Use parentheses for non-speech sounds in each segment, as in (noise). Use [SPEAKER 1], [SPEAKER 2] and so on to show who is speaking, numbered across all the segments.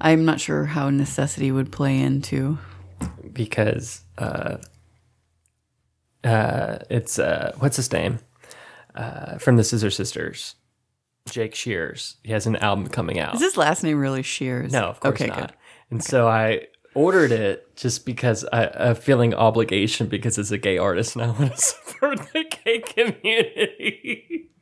[SPEAKER 1] I'm not sure how necessity would play into.
[SPEAKER 2] because uh, uh, it's uh, what's his name uh, from the Scissor Sisters, Jake Shears. He has an album coming out.
[SPEAKER 1] Is his last name really Shears?
[SPEAKER 2] Oh. no, of course
[SPEAKER 1] okay,
[SPEAKER 2] not.
[SPEAKER 1] Good.
[SPEAKER 2] And so I ordered it just because I, I'm feeling obligation because it's a gay artist and I want to (laughs) support the gay community. (laughs)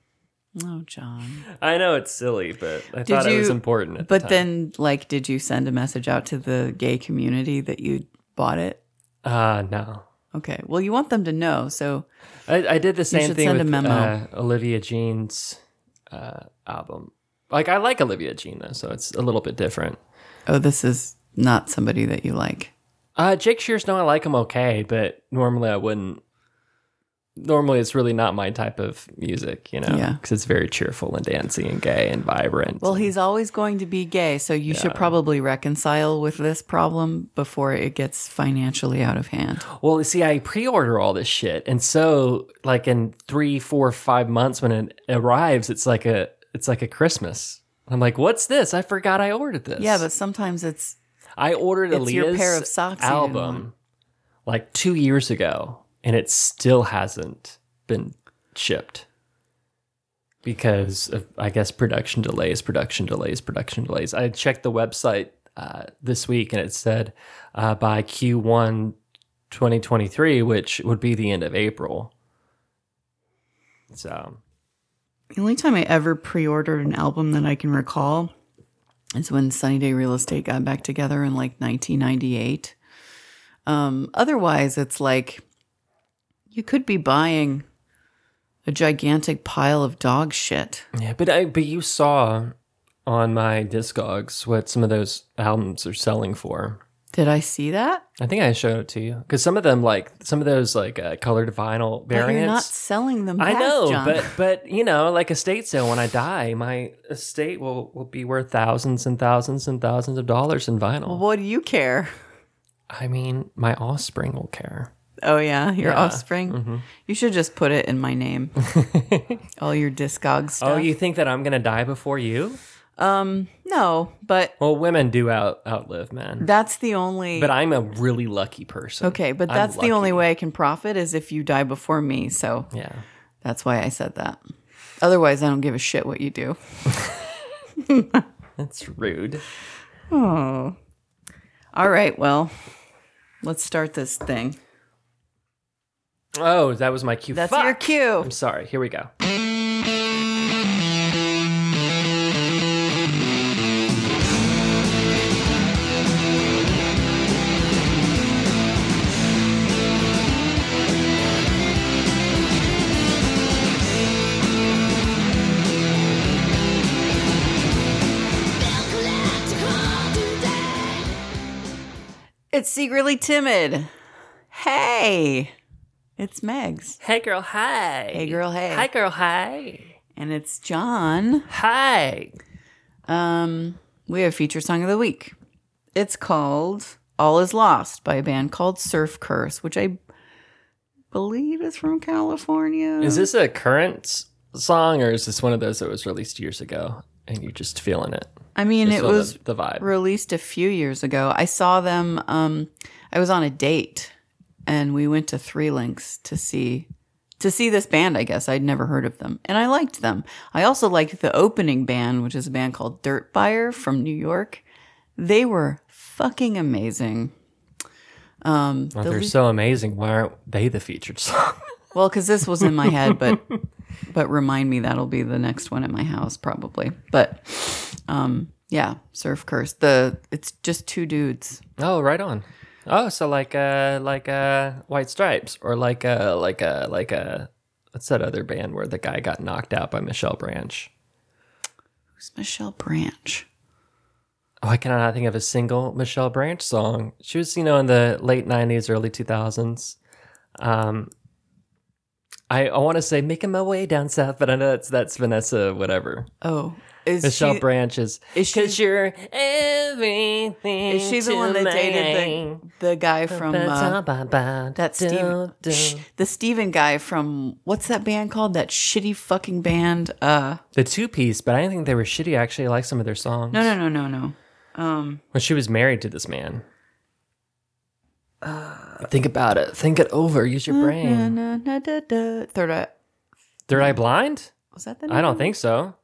[SPEAKER 1] Oh, John.
[SPEAKER 2] I know it's silly, but I thought it was
[SPEAKER 1] you-
[SPEAKER 2] important. At the
[SPEAKER 1] But
[SPEAKER 2] time.
[SPEAKER 1] then, like, did you send a message out to the gay community that you bought it?
[SPEAKER 2] uh, no.
[SPEAKER 1] Okay. Well, you want them to know. So,
[SPEAKER 2] I, I did the same
[SPEAKER 1] should
[SPEAKER 2] thing
[SPEAKER 1] send
[SPEAKER 2] with
[SPEAKER 1] a memo.
[SPEAKER 2] Uh, Olivia Jean's uh, album. Like I like Olivia Jean though, so it's a little bit different.
[SPEAKER 1] oh, this is not somebody that you like.
[SPEAKER 2] Uh, Jake Shears, no, I like him okay, but normally I wouldn't. Normally, it's really not my type of music, you know,
[SPEAKER 1] Yeah.
[SPEAKER 2] because it's very cheerful and dancing and gay and vibrant.
[SPEAKER 1] Well, he's always going to be gay. So, you should probably reconcile with this problem before it gets financially out of hand.
[SPEAKER 2] Well, you see, I pre-order all this shit, and so like in three, four, five months when it arrives, it's like a it's like a Christmas. I'm like, what's this? I forgot I ordered this.
[SPEAKER 1] Yeah, but sometimes it's
[SPEAKER 2] I ordered
[SPEAKER 1] It's
[SPEAKER 2] Aaliyah's
[SPEAKER 1] your pair of socks you didn't
[SPEAKER 2] album like two years ago, and it still hasn't been shipped because of, I guess, production delays, production delays, production delays. I checked the website uh, this week, and it said uh, by Q1 2023, which would be the end of April. So
[SPEAKER 1] The only time I ever pre ordered an album that I can recall is when Sunny Day Real Estate got back together in like 1998. Um, otherwise, it's like you could be buying a gigantic pile of dog shit.
[SPEAKER 2] Yeah, but I but you saw on my Discogs what some of those albums are selling for.
[SPEAKER 1] Did I see that?
[SPEAKER 2] I think I showed it to you because some of them, like some of those, like uh, colored vinyl
[SPEAKER 1] But you're not
[SPEAKER 2] variants.
[SPEAKER 1] selling them.
[SPEAKER 2] I
[SPEAKER 1] back,
[SPEAKER 2] know,
[SPEAKER 1] John.
[SPEAKER 2] but but you know, like estate sale. When I die, my estate will will be worth thousands and thousands and thousands of dollars in vinyl.
[SPEAKER 1] what do you care?
[SPEAKER 2] I mean, my offspring will care.
[SPEAKER 1] Oh yeah, your offspring.
[SPEAKER 2] Mm-hmm.
[SPEAKER 1] You should just put it in my
[SPEAKER 2] (laughs)
[SPEAKER 1] name. All your discogs
[SPEAKER 2] Oh,
[SPEAKER 1] stuff.
[SPEAKER 2] you think that I'm gonna die before you?
[SPEAKER 1] no, but
[SPEAKER 2] Well, women do out outlive men,
[SPEAKER 1] that's the only.
[SPEAKER 2] but I'm a really lucky person.
[SPEAKER 1] Okay, but
[SPEAKER 2] I'm
[SPEAKER 1] that's the only
[SPEAKER 2] lucky.
[SPEAKER 1] way I can profit is if you die before me. So
[SPEAKER 2] Yeah.
[SPEAKER 1] that's why I said that. Otherwise, I don't give a shit what you do.
[SPEAKER 2] That's rude.
[SPEAKER 1] Oh. All right, well, let's start this thing.
[SPEAKER 2] Oh, that was my cue.
[SPEAKER 1] That's
[SPEAKER 2] Fuck!
[SPEAKER 1] your cue.
[SPEAKER 2] I'm sorry. Here we go.
[SPEAKER 1] It's secretly timid. Hey, it's Megs.
[SPEAKER 2] Hey, girl. Hi.
[SPEAKER 1] Hey, girl. Hey,
[SPEAKER 2] Hi, girl. Hi.
[SPEAKER 1] and it's John.
[SPEAKER 2] Hi.
[SPEAKER 1] Um, we have feature song of the week. It's called "All Is Lost" by a band called Surf Curse, which I believe is from California.
[SPEAKER 2] Is this a current s- song or is this one of those that was released years ago and you're just feeling it?
[SPEAKER 1] I mean, it
[SPEAKER 2] Feel the-
[SPEAKER 1] was
[SPEAKER 2] the, vibe.
[SPEAKER 1] released a few years ago. I saw them. Um, I was on a date, and we went to Three Links to see to see this band. I guess I'd never heard of them, and I liked them. I also liked the opening band, which is a band called Dirt Buyer from New York. They were fucking amazing.
[SPEAKER 2] Well, they're so amazing. Why aren't they the featured (laughs) song?
[SPEAKER 1] Well, because this was in my head, but but remind me that'll be the next one at my house probably. But um, yeah, Surf Curse. The it's just two dudes.
[SPEAKER 2] oh, right on. Oh, so like uh like uh White Stripes or like uh like uh like uh what's that other band where the guy got knocked out by Michelle Branch?
[SPEAKER 1] Who's Michelle Branch?
[SPEAKER 2] Why can Oh, I not think of a single Michelle Branch song? She was, you know, in the late '90s, early 2000s. Um, I, I want to say "Making My Way Down South," but I know that's that's Vanessa, whatever.
[SPEAKER 1] Oh, is
[SPEAKER 2] Michelle
[SPEAKER 1] she,
[SPEAKER 2] Branch is
[SPEAKER 1] is she-
[SPEAKER 2] because you're everything.
[SPEAKER 1] Is she the
[SPEAKER 2] to
[SPEAKER 1] one that
[SPEAKER 2] me."
[SPEAKER 1] dated the, the guy from uh,
[SPEAKER 2] Ba-da-ba-ba,
[SPEAKER 1] that Steven,
[SPEAKER 2] do-do.
[SPEAKER 1] Shh, the Steven guy from what's that band called? That shitty fucking band. Uh,
[SPEAKER 2] The two piece, but I didn't think they were shitty. I actually like some of their songs.
[SPEAKER 1] no, no, no, no, no. Um,
[SPEAKER 2] When she was married to this man.
[SPEAKER 1] Uh.
[SPEAKER 2] think about it. Think it over. Use your
[SPEAKER 1] na,
[SPEAKER 2] brain.
[SPEAKER 1] na, na, da, da. Third Eye.
[SPEAKER 2] Third Eye Blind?
[SPEAKER 1] Was that the name?
[SPEAKER 2] I don't think so.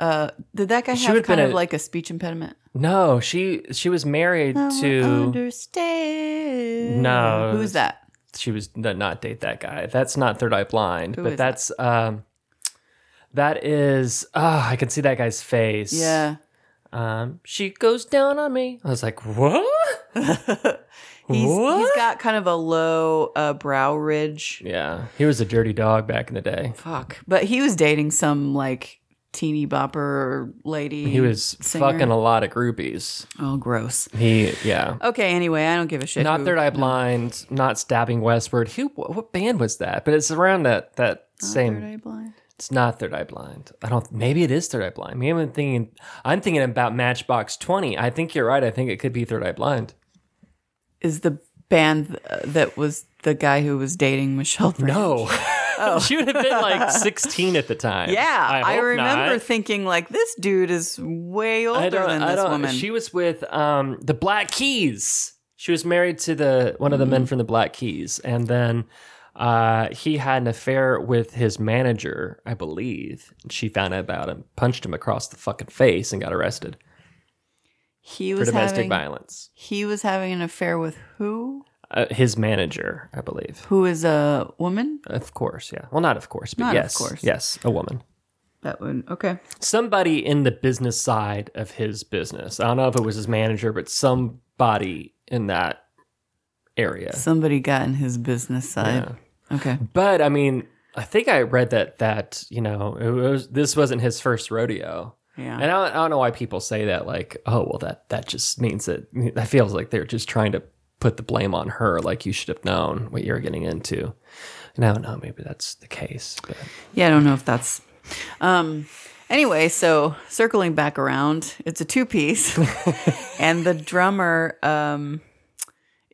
[SPEAKER 1] Uh, did that guy
[SPEAKER 2] She
[SPEAKER 1] have
[SPEAKER 2] would've
[SPEAKER 1] kind
[SPEAKER 2] been
[SPEAKER 1] of
[SPEAKER 2] a-
[SPEAKER 1] like a speech impediment?
[SPEAKER 2] No, she she was married
[SPEAKER 1] No
[SPEAKER 2] to.
[SPEAKER 1] one understand.
[SPEAKER 2] No.
[SPEAKER 1] Who's that?
[SPEAKER 2] She was did not date that guy. That's not Third Eye Blind,
[SPEAKER 1] Who
[SPEAKER 2] but
[SPEAKER 1] is that?
[SPEAKER 2] that's um, that is. Ah, I can see that guy's face.
[SPEAKER 1] Yeah.
[SPEAKER 2] Um, she goes down on me. I was like, what?
[SPEAKER 1] He's, he's
[SPEAKER 2] What?
[SPEAKER 1] got kind of a low uh, brow ridge.
[SPEAKER 2] Yeah, he was a dirty dog back in the day.
[SPEAKER 1] Fuck. But he was dating some like teeny bopper lady.
[SPEAKER 2] He was
[SPEAKER 1] singer.
[SPEAKER 2] fucking a lot of groupies.
[SPEAKER 1] Oh, gross.
[SPEAKER 2] He, yeah.
[SPEAKER 1] Okay, anyway, I don't give a shit.
[SPEAKER 2] Not
[SPEAKER 1] who-
[SPEAKER 2] Third Eye Blind, not Stabbing Westward. Who? What, what band was that? But it's around that that
[SPEAKER 1] Not
[SPEAKER 2] same.
[SPEAKER 1] Third Eye Blind.
[SPEAKER 2] It's not Third Eye Blind. I don't. Maybe it is Third Eye Blind. Maybe I'm thinking. I'm thinking about Matchbox Twenty. I think you're right. I think it could be Third Eye Blind.
[SPEAKER 1] Is the band uh, that was the guy who was dating Michelle Branch.
[SPEAKER 2] (laughs) No, she would have been like 16 at the time.
[SPEAKER 1] Oh. Yeah, I,
[SPEAKER 2] hope
[SPEAKER 1] remember
[SPEAKER 2] not.
[SPEAKER 1] thinking like this dude is way older
[SPEAKER 2] I don't.
[SPEAKER 1] than
[SPEAKER 2] I
[SPEAKER 1] this
[SPEAKER 2] don't.
[SPEAKER 1] woman.
[SPEAKER 2] She was with um the Black Keys. She was married to the one of the
[SPEAKER 1] Mm-hmm.
[SPEAKER 2] men from the Black Keys, and then uh, he had an affair with his manager, I believe. And she found out about him, punched him across the fucking face, and got arrested
[SPEAKER 1] he
[SPEAKER 2] for
[SPEAKER 1] was
[SPEAKER 2] domestic
[SPEAKER 1] having
[SPEAKER 2] violence.
[SPEAKER 1] he was having an affair with who?
[SPEAKER 2] uh, his manager, I believe.
[SPEAKER 1] Who is a woman?
[SPEAKER 2] Of course, yeah. Well, not of course, but
[SPEAKER 1] Not of
[SPEAKER 2] yes,
[SPEAKER 1] course.
[SPEAKER 2] yes, a woman,
[SPEAKER 1] That would okay.
[SPEAKER 2] somebody in the business side of his business. I don't know if it was his manager, but somebody in that area.
[SPEAKER 1] Somebody got in his business side. Okay.
[SPEAKER 2] But I mean, I think I read that that you know it was, this wasn't his first rodeo.
[SPEAKER 1] Yeah.
[SPEAKER 2] And I don't, I don't know why people say that. Like, oh, well, that that just means that that feels like they're just trying to put the blame on her. Like, you should have known what you're getting into. And I don't know. Maybe that's the case. But.
[SPEAKER 1] Yeah, I don't know if that's. Um, anyway, so circling back around, it's a two
[SPEAKER 2] (laughs)
[SPEAKER 1] piece, and the drummer um,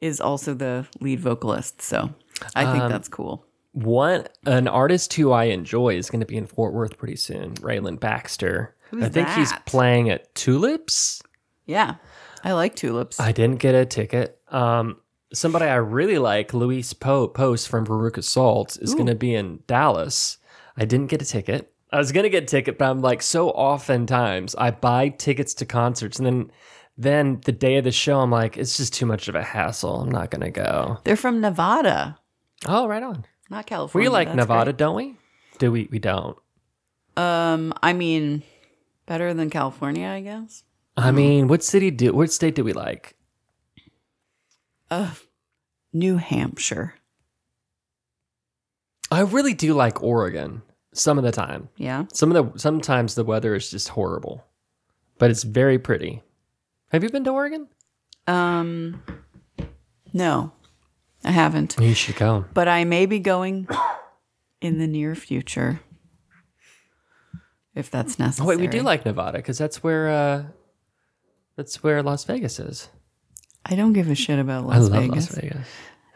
[SPEAKER 1] is also the lead vocalist. So I think
[SPEAKER 2] Um,
[SPEAKER 1] that's cool.
[SPEAKER 2] one an artist who I enjoy is going to be in Fort Worth pretty soon. Raylan Baxter.
[SPEAKER 1] Who's
[SPEAKER 2] I think he's
[SPEAKER 1] that?
[SPEAKER 2] playing at Tulips.
[SPEAKER 1] Yeah, I like tulips.
[SPEAKER 2] I didn't get a ticket. Um, somebody I really like, Luis Po Post from Baruch Assault, is going to be in Dallas. I didn't get a ticket. I was going to get a ticket, but I'm like so oftentimes I buy tickets to concerts and then then the day of the show I'm like it's just too much of a hassle. I'm not going to go.
[SPEAKER 1] They're from Nevada,
[SPEAKER 2] Oh, right on.
[SPEAKER 1] not California.
[SPEAKER 2] We like
[SPEAKER 1] That's
[SPEAKER 2] Nevada, don't we? Do we? We don't.
[SPEAKER 1] great. Um, I mean, better than California, I guess.
[SPEAKER 2] I mean, what city do what state do we like?
[SPEAKER 1] Uh, New Hampshire.
[SPEAKER 2] I really do like Oregon some of the time.
[SPEAKER 1] Yeah.
[SPEAKER 2] Some of the sometimes the weather is just horrible. But it's very pretty. Have you been to Oregon?
[SPEAKER 1] Um, no, I haven't.
[SPEAKER 2] You should go.
[SPEAKER 1] but I may be going in the near future if that's
[SPEAKER 2] Oh,
[SPEAKER 1] necessary.
[SPEAKER 2] wait, we do like Nevada cuz that's where uh that's where Las Vegas is.
[SPEAKER 1] I don't give a shit about Las
[SPEAKER 2] I love
[SPEAKER 1] Vegas.
[SPEAKER 2] Las Vegas.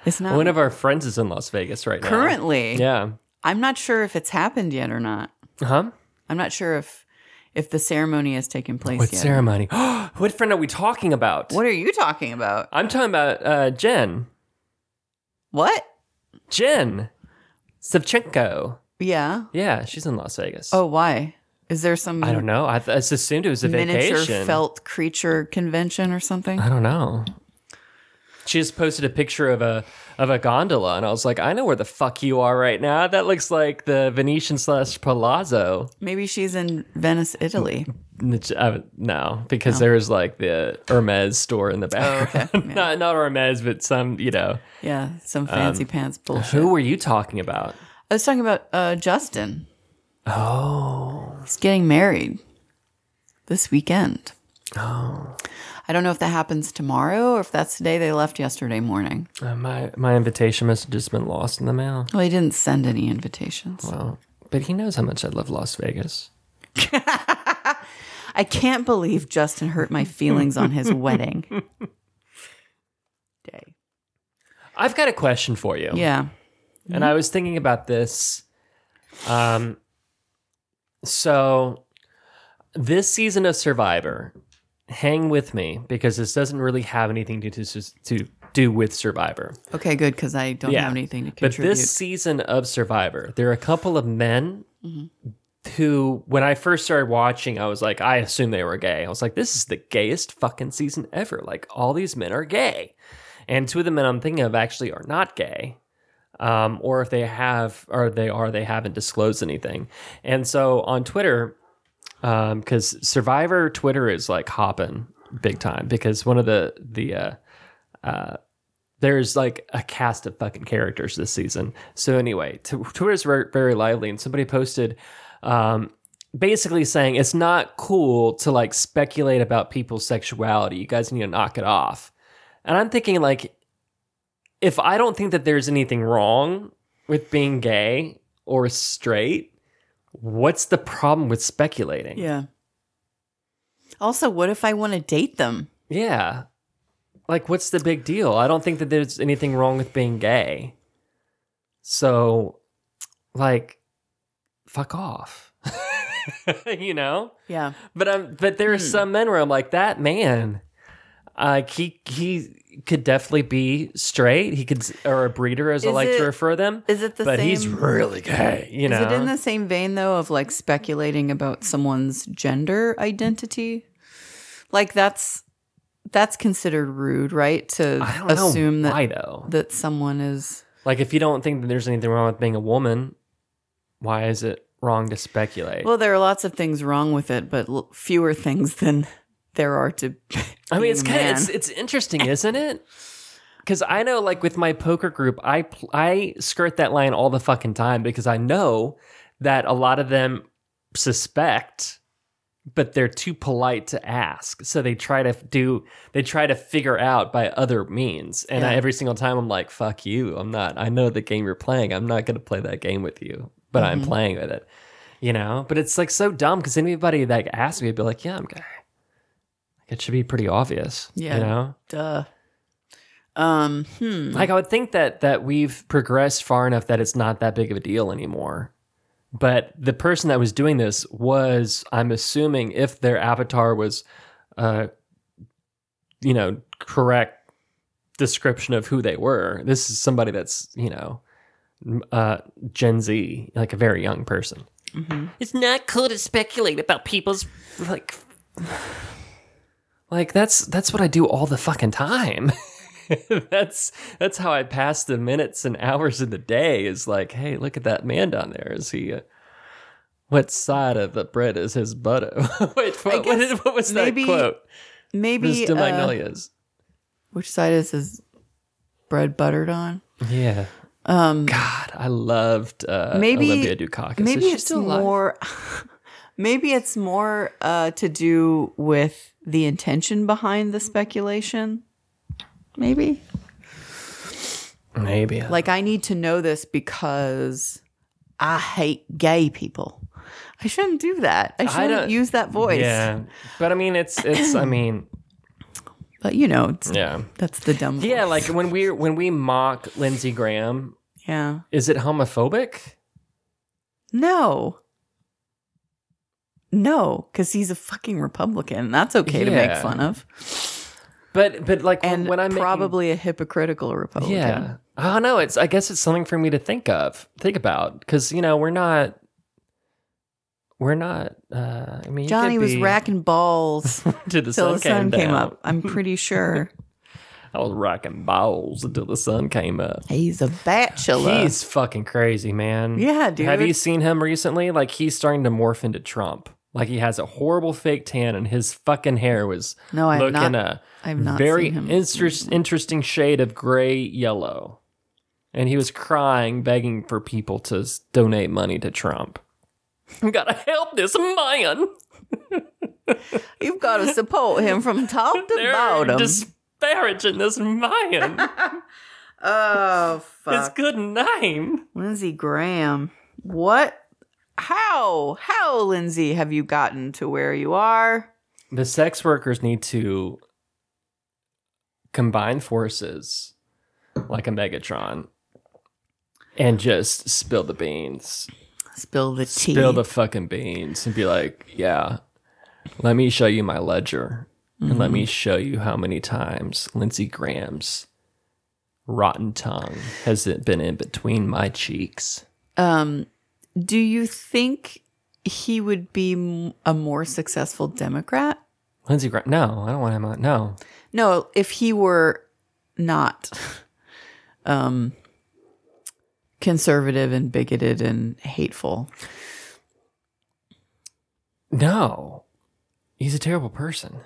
[SPEAKER 1] It's not
[SPEAKER 2] One of our friends is in Las Vegas right now.
[SPEAKER 1] currently.
[SPEAKER 2] Yeah.
[SPEAKER 1] I'm not sure if it's happened yet or not.
[SPEAKER 2] Huh?
[SPEAKER 1] I'm not sure if if the ceremony has taken place
[SPEAKER 2] What
[SPEAKER 1] yet.
[SPEAKER 2] ceremony? (gasps) what friend are we talking about?
[SPEAKER 1] what are you talking about?
[SPEAKER 2] I'm talking about uh Jen.
[SPEAKER 1] What?
[SPEAKER 2] Jen Savchenko.
[SPEAKER 1] Yeah.
[SPEAKER 2] Yeah, she's in Las Vegas.
[SPEAKER 1] Oh, why? Is there some
[SPEAKER 2] I don't know. I, th- I just assumed it was a
[SPEAKER 1] miniature
[SPEAKER 2] vacation. Uh-huh.
[SPEAKER 1] felt creature convention or something?
[SPEAKER 2] I don't know. She just posted a picture of a of a gondola, and I was like, I know where the fuck you are right now. That looks like the Venetian slash Palazzo.
[SPEAKER 1] Maybe she's in Venice, Italy.
[SPEAKER 2] N- uh, No, because there was like the Hermes store in the
[SPEAKER 1] Oh,
[SPEAKER 2] background. (laughs) not not Hermes, but some you know.
[SPEAKER 1] Yeah,
[SPEAKER 2] Um,
[SPEAKER 1] some fancy pants bullshit.
[SPEAKER 2] Who were you talking about?
[SPEAKER 1] I was talking about uh, Justin.
[SPEAKER 2] Oh,
[SPEAKER 1] He's getting married this weekend.
[SPEAKER 2] oh,
[SPEAKER 1] I don't know if that happens tomorrow or if that's the day they left yesterday morning.
[SPEAKER 2] Uh, my my invitation must have just been lost in the mail.
[SPEAKER 1] Well, he didn't send any invitations.
[SPEAKER 2] Well, but he knows how much I love Las Vegas.
[SPEAKER 1] I can't believe Justin hurt my feelings on his
[SPEAKER 2] (laughs)
[SPEAKER 1] wedding day.
[SPEAKER 2] I've got a question for you.
[SPEAKER 1] Yeah.
[SPEAKER 2] and I was thinking about this. Um, so this season of Survivor, hang with me because this doesn't really have anything to do, to do with Survivor.
[SPEAKER 1] Okay, good, because I don't have anything to
[SPEAKER 2] But
[SPEAKER 1] contribute.
[SPEAKER 2] this season of Survivor, there are a couple of men who, when I first started watching, I was like, I assume they were gay. I was like, this is the gayest fucking season ever. Like, all these men are gay. And two of the men I'm thinking of actually are not gay. Um, or if they have, or they are, they haven't disclosed anything. And so on Twitter, because Survivor Twitter is like hopping big time because one of the the uh, there's like a cast of fucking characters this season. So anyway, t- Twitter's very, very lively, and somebody posted um, basically saying it's not cool to like speculate about people's sexuality. You guys need to knock it off. And I'm thinking like, if I don't think that there's anything wrong with being gay or straight, what's the problem with speculating?
[SPEAKER 1] yeah. Also, what if I want to date them?
[SPEAKER 2] Yeah. Like, what's the big deal? I don't think that there's anything wrong with being gay. So, like, fuck off. (laughs) you know?
[SPEAKER 1] Yeah.
[SPEAKER 2] But I'm but there are
[SPEAKER 1] Hmm.
[SPEAKER 2] some men where I'm like, that man, like he he could definitely be straight. He could s- or a breeder as I
[SPEAKER 1] Is
[SPEAKER 2] like
[SPEAKER 1] it-
[SPEAKER 2] to refer them.
[SPEAKER 1] Is it the
[SPEAKER 2] but
[SPEAKER 1] same?
[SPEAKER 2] he's really gay, you know.
[SPEAKER 1] Is it in the same vein though of like speculating about someone's gender identity? Like that's that's considered rude, right? To
[SPEAKER 2] I don't know
[SPEAKER 1] assume that
[SPEAKER 2] why though.
[SPEAKER 1] that someone is
[SPEAKER 2] Like if you don't think that there's anything wrong with being a woman, why is it wrong to speculate?
[SPEAKER 1] Well, there are lots of things wrong with it, but l- fewer things than there are to (laughs)
[SPEAKER 2] I mean,
[SPEAKER 1] being
[SPEAKER 2] it's
[SPEAKER 1] a
[SPEAKER 2] kind of
[SPEAKER 1] man.
[SPEAKER 2] it's, it's interesting,
[SPEAKER 1] (laughs)
[SPEAKER 2] isn't it? Because I know, like with my poker group, I pl- I skirt that line all the fucking time because I know that a lot of them suspect, but they're too polite to ask, so they try to do they try to figure out by other means. And I,
[SPEAKER 1] Yeah.
[SPEAKER 2] every single time, I'm like, "Fuck you! I'm not. I know the game you're playing. I'm not going to play that game with you, but
[SPEAKER 1] Mm-hmm.
[SPEAKER 2] I'm playing with it." You know, but it's like so dumb because anybody that asks me, would be like, "Yeah, I'm gay." It should be pretty obvious.
[SPEAKER 1] Yeah.
[SPEAKER 2] You know?
[SPEAKER 1] duh. Um, hmm.
[SPEAKER 2] Like I would think that that we've progressed far enough that it's not that big of a deal anymore. But the person that was doing this was, I'm assuming, if their avatar was uh you know, correct description of who they were. This is somebody that's, you know, m- uh Gen Z, like a very young person.
[SPEAKER 1] Mm-hmm.
[SPEAKER 2] It's not cool to speculate about people's like like that's that's what I do all the fucking time. (laughs) that's that's how I pass the minutes and hours of the day is like, hey, look at that man down there. Is he uh, what side of the bread is his butter? (laughs) Wait, what, what,
[SPEAKER 1] guess
[SPEAKER 2] did- what was
[SPEAKER 1] maybe
[SPEAKER 2] that quote?
[SPEAKER 1] Maybe
[SPEAKER 2] Mr.
[SPEAKER 1] uh,
[SPEAKER 2] Magnolias.
[SPEAKER 1] which side is his bread buttered on?
[SPEAKER 2] Yeah. Um, God, I loved uh,
[SPEAKER 1] maybe-
[SPEAKER 2] Olympia Dukakis. Is
[SPEAKER 1] maybe
[SPEAKER 2] she
[SPEAKER 1] it's
[SPEAKER 2] still alive?
[SPEAKER 1] more (laughs) maybe it's more uh, to do with the intention behind the speculation maybe
[SPEAKER 2] Maybe. Like,
[SPEAKER 1] like i need to know this because i hate gay people i shouldn't do that i shouldn't
[SPEAKER 2] don't-
[SPEAKER 1] use that voice
[SPEAKER 2] yeah. But I mean, it's, it's, I mean,
[SPEAKER 1] but you know it's,
[SPEAKER 2] yeah.
[SPEAKER 1] that's the dumb
[SPEAKER 2] Yeah,
[SPEAKER 1] voice.
[SPEAKER 2] like when we when we mock Lindsey Graham,
[SPEAKER 1] yeah
[SPEAKER 2] is it homophobic?
[SPEAKER 1] no no because he's a fucking republican that's okay to make
[SPEAKER 2] Yeah.
[SPEAKER 1] fun of
[SPEAKER 2] But but like
[SPEAKER 1] and
[SPEAKER 2] when I'm making-
[SPEAKER 1] probably a hypocritical republican
[SPEAKER 2] Yeah. I don't know. It's I guess it's something for me to think of, think about, because you know we're not, we're not. Uh, I mean, you
[SPEAKER 1] Johnny
[SPEAKER 2] could
[SPEAKER 1] was
[SPEAKER 2] be (laughs)
[SPEAKER 1] racking (laughs) balls
[SPEAKER 2] till
[SPEAKER 1] till
[SPEAKER 2] the sun,
[SPEAKER 1] the sun came
[SPEAKER 2] down.
[SPEAKER 1] up. I'm pretty sure
[SPEAKER 2] I was racking balls until the sun came up.
[SPEAKER 1] (laughs) he's a bachelor.
[SPEAKER 2] He's fucking crazy, man.
[SPEAKER 1] uh, Yeah, dude.
[SPEAKER 2] Have you seen him recently? Like he's starting to morph into Trump. Like he has a horrible fake tan, and his fucking hair was
[SPEAKER 1] No, I have
[SPEAKER 2] looking uh,
[SPEAKER 1] not-
[SPEAKER 2] a
[SPEAKER 1] I have not
[SPEAKER 2] very
[SPEAKER 1] seen him.
[SPEAKER 2] interest, interesting shade of gray yellow, and he was crying, begging for people to s- donate money to Trump. (laughs) I gotta help this man.
[SPEAKER 1] You've got to support him (laughs) from top to
[SPEAKER 2] They're
[SPEAKER 1] bottom.
[SPEAKER 2] disparaging
[SPEAKER 1] (laughs)
[SPEAKER 2] this man.
[SPEAKER 1] oh
[SPEAKER 2] His
[SPEAKER 1] fuck,
[SPEAKER 2] good name.
[SPEAKER 1] Lindsey Graham. What? How? How, Lindsey, have you gotten to where you are?
[SPEAKER 2] the sex workers need to combine forces like a Megatron and just spill the beans.
[SPEAKER 1] Spill the tea.
[SPEAKER 2] Spill the fucking beans and be like, yeah, let me show you my ledger. And let
[SPEAKER 1] Mm-hmm.
[SPEAKER 2] me show you how many times Lindsey Graham's rotten tongue has it been in between my cheeks.
[SPEAKER 1] Um, Do you think he would be m- a more successful Democrat?
[SPEAKER 2] Lindsey Graham, no, I don't want him on. No.
[SPEAKER 1] No, if he were not um, conservative and bigoted and hateful.
[SPEAKER 2] No. He's a terrible person.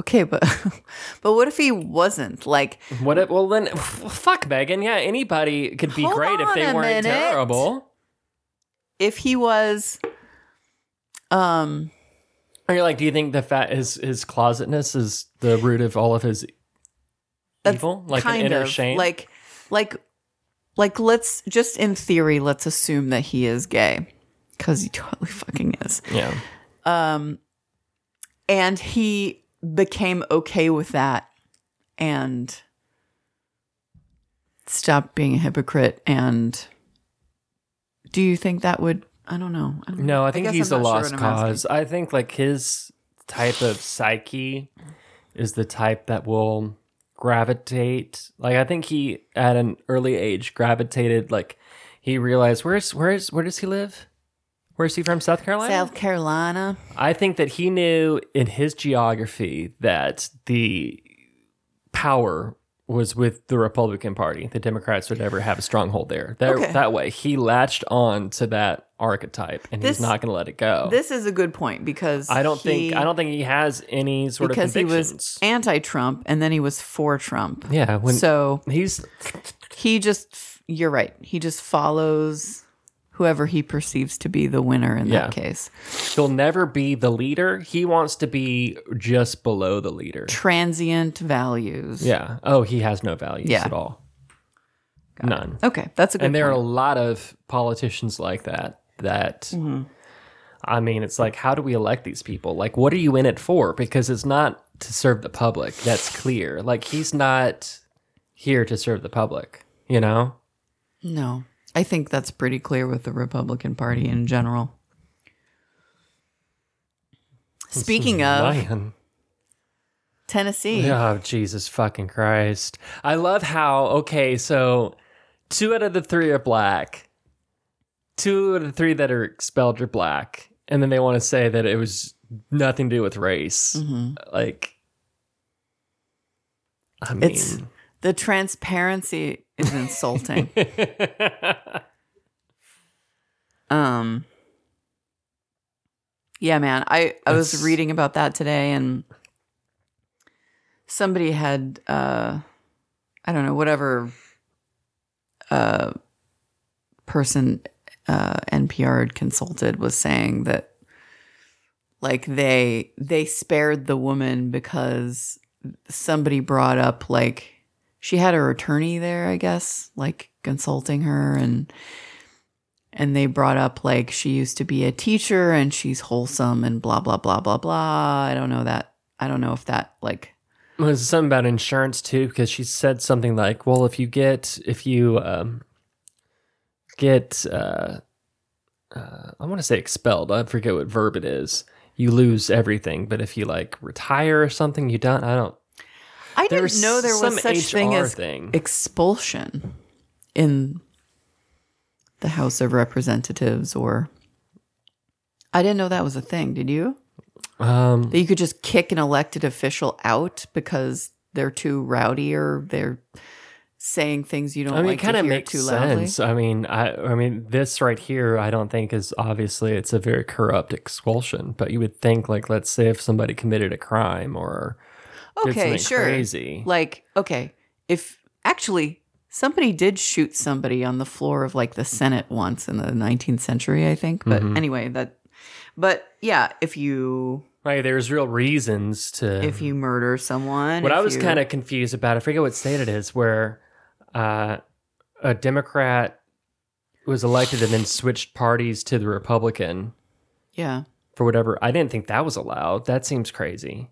[SPEAKER 1] Okay, but (laughs) but what if he wasn't? Like,
[SPEAKER 2] What if, well then fuck Megan. Yeah, anybody could be
[SPEAKER 1] Hold
[SPEAKER 2] great if
[SPEAKER 1] on
[SPEAKER 2] they
[SPEAKER 1] a
[SPEAKER 2] weren't
[SPEAKER 1] minute.
[SPEAKER 2] terrible.
[SPEAKER 1] if he was, um,
[SPEAKER 2] Or you're like, do you think the fat his his closetness is the root of all of his
[SPEAKER 1] That's
[SPEAKER 2] evil? Like
[SPEAKER 1] kind
[SPEAKER 2] an inner
[SPEAKER 1] of
[SPEAKER 2] shame?
[SPEAKER 1] like, like, like, let's just in theory, let's assume that he is gay because he totally fucking is.
[SPEAKER 2] Yeah.
[SPEAKER 1] and he became okay with that and stopped being a hypocrite and do you think that would i don't know I don't
[SPEAKER 2] No, I
[SPEAKER 1] I
[SPEAKER 2] think
[SPEAKER 1] guess
[SPEAKER 2] he's a
[SPEAKER 1] I'm not sure
[SPEAKER 2] lost
[SPEAKER 1] what I'm asking.
[SPEAKER 2] cause. I think like his type of psyche is the type that will gravitate. Like I think he at an early age gravitated like he realized where's where's where does he live? Where's he from? South Carolina?
[SPEAKER 1] south carolina
[SPEAKER 2] I think that he knew in his geography that the power was with the Republican Party. The Democrats would never have a stronghold there. That,
[SPEAKER 1] Okay.
[SPEAKER 2] that way, he latched on to that archetype, and
[SPEAKER 1] This-
[SPEAKER 2] he's not going to let it go.
[SPEAKER 1] this is a good point because
[SPEAKER 2] I don't
[SPEAKER 1] he-
[SPEAKER 2] think I don't think he has any sort of
[SPEAKER 1] because he
[SPEAKER 2] convictions.
[SPEAKER 1] was anti-trump and then he was for trump
[SPEAKER 2] yeah, when
[SPEAKER 1] so
[SPEAKER 2] he's
[SPEAKER 1] he just you're right he just follows whoever he perceives to be the winner in
[SPEAKER 2] Yeah.
[SPEAKER 1] that case
[SPEAKER 2] he'll never be the leader. He wants to be just below the leader.
[SPEAKER 1] transient values
[SPEAKER 2] Yeah. Oh, he has no values
[SPEAKER 1] Yeah.
[SPEAKER 2] at all. None.
[SPEAKER 1] okay that's a good
[SPEAKER 2] and there are
[SPEAKER 1] point.
[SPEAKER 2] a lot of politicians like that that i mean it's like how do we elect these people like what are you in it for because it's not to serve the public that's clear like he's not here to serve the public you know
[SPEAKER 1] No, I think that's pretty clear with the Republican Party in general. Speaking of
[SPEAKER 2] Ryan.
[SPEAKER 1] Tennessee,
[SPEAKER 2] oh jesus fucking christ i love how okay so two out of the three are black two out of the three that are expelled are black and then they want to say that it was nothing to do with race
[SPEAKER 1] mm-hmm,
[SPEAKER 2] like i mean (laughs)
[SPEAKER 1] It's- the transparency is insulting. um, yeah, man, I I was
[SPEAKER 2] It's-
[SPEAKER 1] reading about that today, and somebody had uh, I don't know whatever uh person uh NPR had consulted was saying that like they they spared the woman because somebody brought up like she had her attorney there i guess like consulting her and and they brought up like she used to be a teacher and she's wholesome and blah blah blah blah blah i don't know that i don't know if that like
[SPEAKER 2] was it something about insurance too because she said something like well if you get if you um get uh, uh i want to say expelled i forget what verb it is you lose everything but if you like retire or something you don't i don't
[SPEAKER 1] i
[SPEAKER 2] there
[SPEAKER 1] didn't know there
[SPEAKER 2] some
[SPEAKER 1] was such thing
[SPEAKER 2] HR
[SPEAKER 1] as
[SPEAKER 2] thing
[SPEAKER 1] expulsion in the House of Representatives or I didn't know that was a thing, did you?
[SPEAKER 2] um
[SPEAKER 1] That you could just kick an elected official out because they're too rowdy or they're saying things you don't
[SPEAKER 2] I mean,
[SPEAKER 1] like
[SPEAKER 2] it kind
[SPEAKER 1] to
[SPEAKER 2] of
[SPEAKER 1] hear
[SPEAKER 2] makes
[SPEAKER 1] too loudly.
[SPEAKER 2] sense. I mean, I, I mean, this right here, I don't think is obviously it's a very corrupt expulsion, but you would think, like, let's say if somebody committed a crime or did
[SPEAKER 1] Okay,
[SPEAKER 2] something
[SPEAKER 1] sure.
[SPEAKER 2] crazy,
[SPEAKER 1] Like, okay, if actually somebody did shoot somebody on the floor of like the Senate once in the 19th century, I think. But
[SPEAKER 2] Mm-hmm.
[SPEAKER 1] anyway, that but yeah, if you
[SPEAKER 2] like, there's real reasons to.
[SPEAKER 1] if you murder someone.
[SPEAKER 2] what
[SPEAKER 1] if
[SPEAKER 2] I was
[SPEAKER 1] you-
[SPEAKER 2] kind of confused about, I forget what state it is, where uh, a Democrat was elected and then switched parties to the Republican.
[SPEAKER 1] yeah,
[SPEAKER 2] for whatever. I didn't think that was allowed. That seems crazy.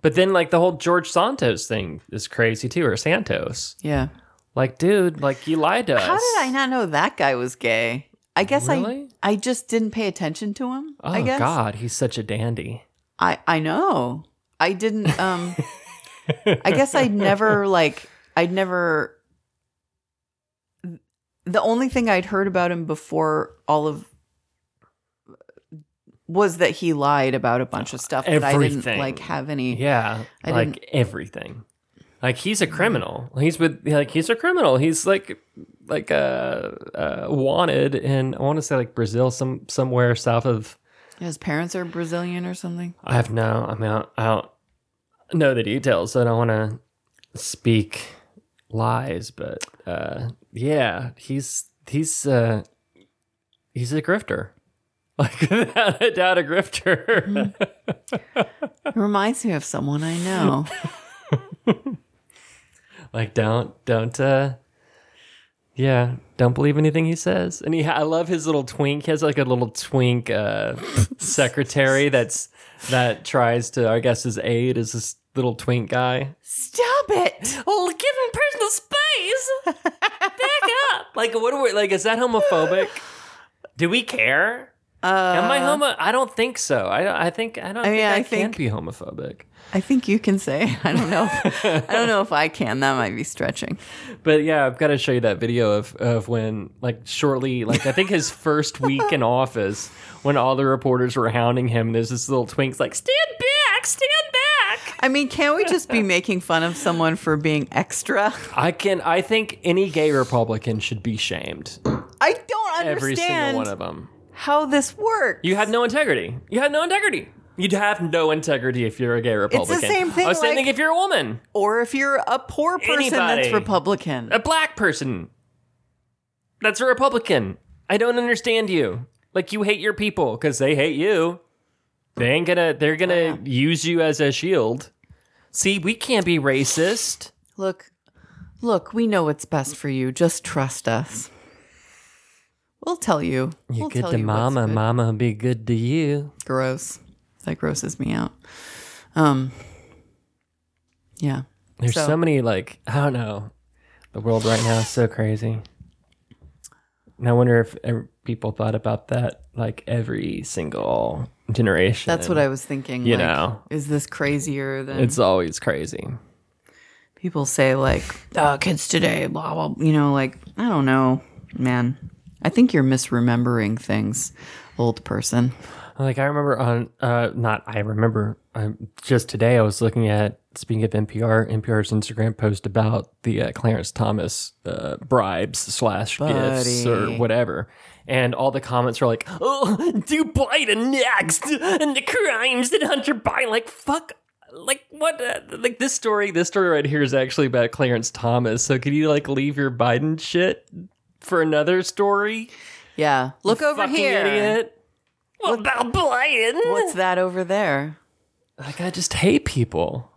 [SPEAKER 2] But then, like the whole George Santos thing is crazy too, or Santos.
[SPEAKER 1] yeah.
[SPEAKER 2] Like, dude, like you lied to us.
[SPEAKER 1] How did I not know that guy was gay? I guess
[SPEAKER 2] Really?
[SPEAKER 1] I I just didn't pay attention to him.
[SPEAKER 2] Oh
[SPEAKER 1] I guess
[SPEAKER 2] God, he's such a dandy.
[SPEAKER 1] I I know. I didn't um I guess I'd never like I'd never the only thing I'd heard about him before all of was that he lied about a bunch of stuff that I didn't
[SPEAKER 2] Everything.
[SPEAKER 1] like have any
[SPEAKER 2] Yeah,
[SPEAKER 1] I
[SPEAKER 2] like
[SPEAKER 1] didn't-
[SPEAKER 2] everything. Like he's a criminal. He's with like he's a criminal. He's like like uh, uh wanted in I want to say like Brazil some somewhere south of
[SPEAKER 1] his parents are Brazilian or something.
[SPEAKER 2] I have no I mean I don't, I don't know the details, so I don't want to speak lies, but uh yeah, he's he's uh he's a grifter. (laughs) Like without a doubt a grifter.
[SPEAKER 1] It reminds me of someone I know.
[SPEAKER 2] (laughs) like don't don't uh yeah don't believe anything he says and he i love his little twink he has like a little twink uh secretary that's that tries to i guess his aide is this little twink guy
[SPEAKER 1] Stop it.
[SPEAKER 2] well Oh, give him personal space back up (laughs) like what are we like is that homophobic do we care
[SPEAKER 1] Uh,
[SPEAKER 2] am i homo i don't think so i don't- i think i don't think
[SPEAKER 1] mean,
[SPEAKER 2] i,
[SPEAKER 1] I
[SPEAKER 2] can
[SPEAKER 1] think-
[SPEAKER 2] be homophobic
[SPEAKER 1] I think you can say. (laughs) I don't know. If, I don't know if I can. That might be stretching.
[SPEAKER 2] But yeah, I've got to show you that video of, of when, like, shortly, like, I think (laughs) his first week in office, when all the reporters were hounding him, there's this little twink's like, stand back, stand back.
[SPEAKER 1] I mean, can't we just
[SPEAKER 2] (laughs)
[SPEAKER 1] be making fun of someone for being extra?
[SPEAKER 2] I can, I think any gay Republican should be shamed.
[SPEAKER 1] I don't understand
[SPEAKER 2] Every single one of them.
[SPEAKER 1] how this works.
[SPEAKER 2] You had no integrity. You had no integrity. You'd have no integrity if you're a gay Republican.
[SPEAKER 1] same thing,
[SPEAKER 2] I was thinking
[SPEAKER 1] like-
[SPEAKER 2] if you're a woman,
[SPEAKER 1] or if you're a poor person
[SPEAKER 2] Anybody.
[SPEAKER 1] that's Republican.
[SPEAKER 2] a black person. That's a Republican. I don't understand you. Like you hate your people because they hate you. They ain't gonna. They're gonna use you as a shield. See, we can't be racist.
[SPEAKER 1] Look, look, we know what's best for you. Just trust us. We'll tell you. we'll tell you what's good.
[SPEAKER 2] Mama be good to you.
[SPEAKER 1] Gross. That grosses me out. Um. Yeah.
[SPEAKER 2] There's
[SPEAKER 1] So-
[SPEAKER 2] so, many like I don't know. The world right now is so crazy. And I wonder if ev- people thought about that like every single generation.
[SPEAKER 1] That's what I was thinking.
[SPEAKER 2] You
[SPEAKER 1] like, Mm-hmm.
[SPEAKER 2] know.
[SPEAKER 1] is this crazier than
[SPEAKER 2] It's always crazy.
[SPEAKER 1] people say like oh, kids today blah blah you know like i don't know man i think you're misremembering things old person
[SPEAKER 2] Like I remember on uh not I remember I just today I was looking at speaking of NPR NPR's Instagram post about the uh, Clarence Thomas uh, bribes slash gifts or
[SPEAKER 1] Buddy.
[SPEAKER 2] whatever, and all the comments were like, "Oh, do Biden next?" and the crimes that Hunter Biden like fuck. Like what? Uh, like this story, this story right here is actually about Clarence Thomas. So can you like leave your Biden shit for another story?
[SPEAKER 1] yeah look over
[SPEAKER 2] Fucking
[SPEAKER 1] here
[SPEAKER 2] idiot. What about Biden?
[SPEAKER 1] what's that over there
[SPEAKER 2] Like I just hate people.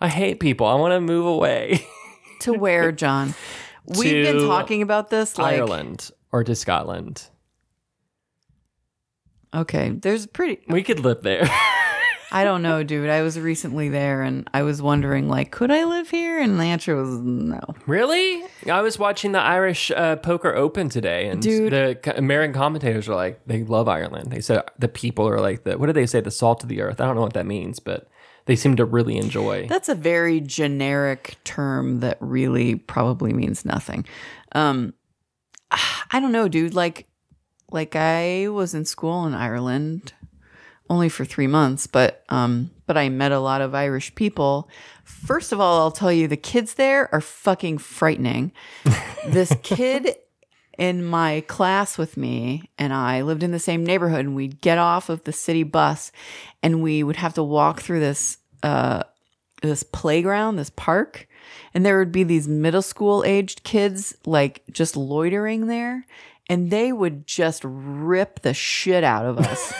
[SPEAKER 2] I hate people. I want to move away. (laughs)
[SPEAKER 1] to where john we've been
[SPEAKER 2] To
[SPEAKER 1] talking about this like
[SPEAKER 2] Ireland or to Scotland.
[SPEAKER 1] okay there's pretty
[SPEAKER 2] We could live there. (laughs)
[SPEAKER 1] i don't know dude i was recently there and i was wondering like could i live here and the answer was no
[SPEAKER 2] really? I was watching the Irish uh, Poker Open today, and
[SPEAKER 1] Dude.
[SPEAKER 2] the co- American commentators are like, they love Ireland. They said the people are like the what do they say? The salt of the earth. I don't know what that means, but they seem to really enjoy.
[SPEAKER 1] That's a very generic term that really probably means nothing. Um, I don't know, dude. Like, like I was in school in Ireland only for three months, but um, but I met a lot of Irish people. First of all, I'll tell you, the kids there are fucking frightening. this kid in my class with me and I lived in the same neighborhood and we'd get off of the city bus and we would have to walk through this uh this playground, this park, and there would be these middle school aged kids like just loitering there and they would just rip the shit out of us.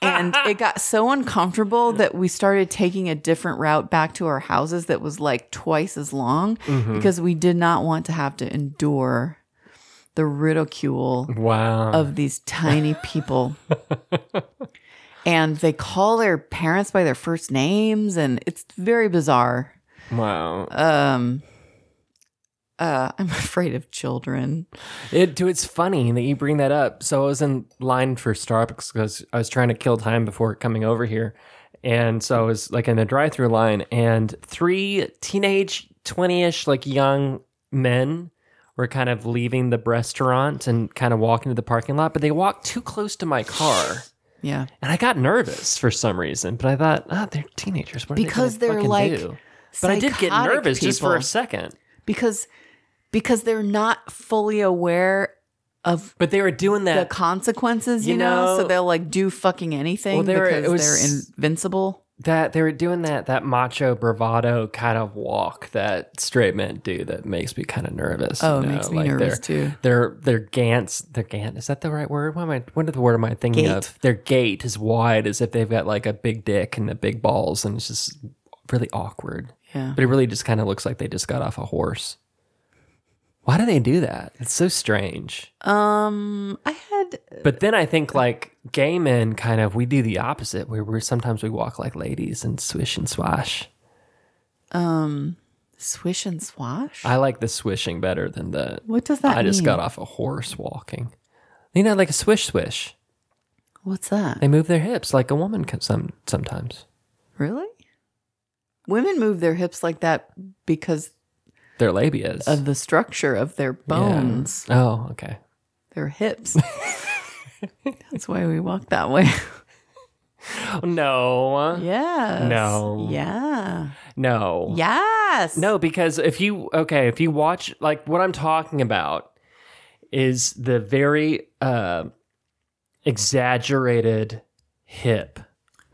[SPEAKER 1] and it got so uncomfortable that we started taking a different route back to our houses that was like twice as long because we did not want to have to endure the ridicule
[SPEAKER 2] Wow.
[SPEAKER 1] of these tiny people. and they call their parents by their first names and it's very bizarre.
[SPEAKER 2] wow.
[SPEAKER 1] Um uh, I'm (laughs) afraid of children.
[SPEAKER 2] It, dude, it's funny that you bring that up. So I was in line for Starbucks because I was trying to kill time before coming over here, And so I was like in the drive through line, and three teenage, 20 ish, like young men were kind of leaving the restaurant and kind of walking to the parking lot, but they walked too close to my car.
[SPEAKER 1] Yeah.
[SPEAKER 2] And I got nervous for some reason, but I thought, ah, they're teenagers. What are they
[SPEAKER 1] Because
[SPEAKER 2] gonna
[SPEAKER 1] they're,
[SPEAKER 2] fucking
[SPEAKER 1] like,
[SPEAKER 2] do?" But I did get
[SPEAKER 1] psychotic
[SPEAKER 2] nervous just for a
[SPEAKER 1] people.
[SPEAKER 2] second.
[SPEAKER 1] Because because they're not fully aware of
[SPEAKER 2] But they were doing
[SPEAKER 1] the
[SPEAKER 2] that.
[SPEAKER 1] consequences, you,
[SPEAKER 2] You
[SPEAKER 1] know?
[SPEAKER 2] know-
[SPEAKER 1] so they'll like do fucking anything
[SPEAKER 2] Well, they were-
[SPEAKER 1] because
[SPEAKER 2] it was-
[SPEAKER 1] they're invincible.
[SPEAKER 2] that they were doing that that macho bravado kind of walk that straight men do that makes me kind of nervous.
[SPEAKER 1] Oh,
[SPEAKER 2] you
[SPEAKER 1] it
[SPEAKER 2] know,
[SPEAKER 1] makes me
[SPEAKER 2] like
[SPEAKER 1] nervous
[SPEAKER 2] they're-
[SPEAKER 1] too.
[SPEAKER 2] Their their gants their gant is that the right word? What am I? What the word am I thinking
[SPEAKER 1] Gait.
[SPEAKER 2] of? Their gait is wide as if they've got like a big dick and the big balls, and it's just really awkward.
[SPEAKER 1] Yeah.
[SPEAKER 2] But it really just kind of looks like they just got off a horse. Why do they do that? It's so strange.
[SPEAKER 1] Um I had
[SPEAKER 2] But then I think like gay men kind of we do the opposite where we're sometimes we walk like ladies and swish and swash.
[SPEAKER 1] um swish and swash.
[SPEAKER 2] I like the swishing better than the
[SPEAKER 1] what does that
[SPEAKER 2] I just
[SPEAKER 1] mean?
[SPEAKER 2] got off a horse walking. You know, like a swish swish.
[SPEAKER 1] What's that?
[SPEAKER 2] They move their hips like a woman can some sometimes.
[SPEAKER 1] Really? Women move their hips like that because
[SPEAKER 2] Their labias.
[SPEAKER 1] of the structure of their bones,
[SPEAKER 2] Yeah. Oh, okay.
[SPEAKER 1] their hips.
[SPEAKER 2] (laughs)
[SPEAKER 1] That's why we walk that way.
[SPEAKER 2] No.
[SPEAKER 1] Yes.
[SPEAKER 2] No.
[SPEAKER 1] Yeah.
[SPEAKER 2] No.
[SPEAKER 1] Yes.
[SPEAKER 2] No, because if you okay, if you watch like what I'm talking about is the very uh, exaggerated hip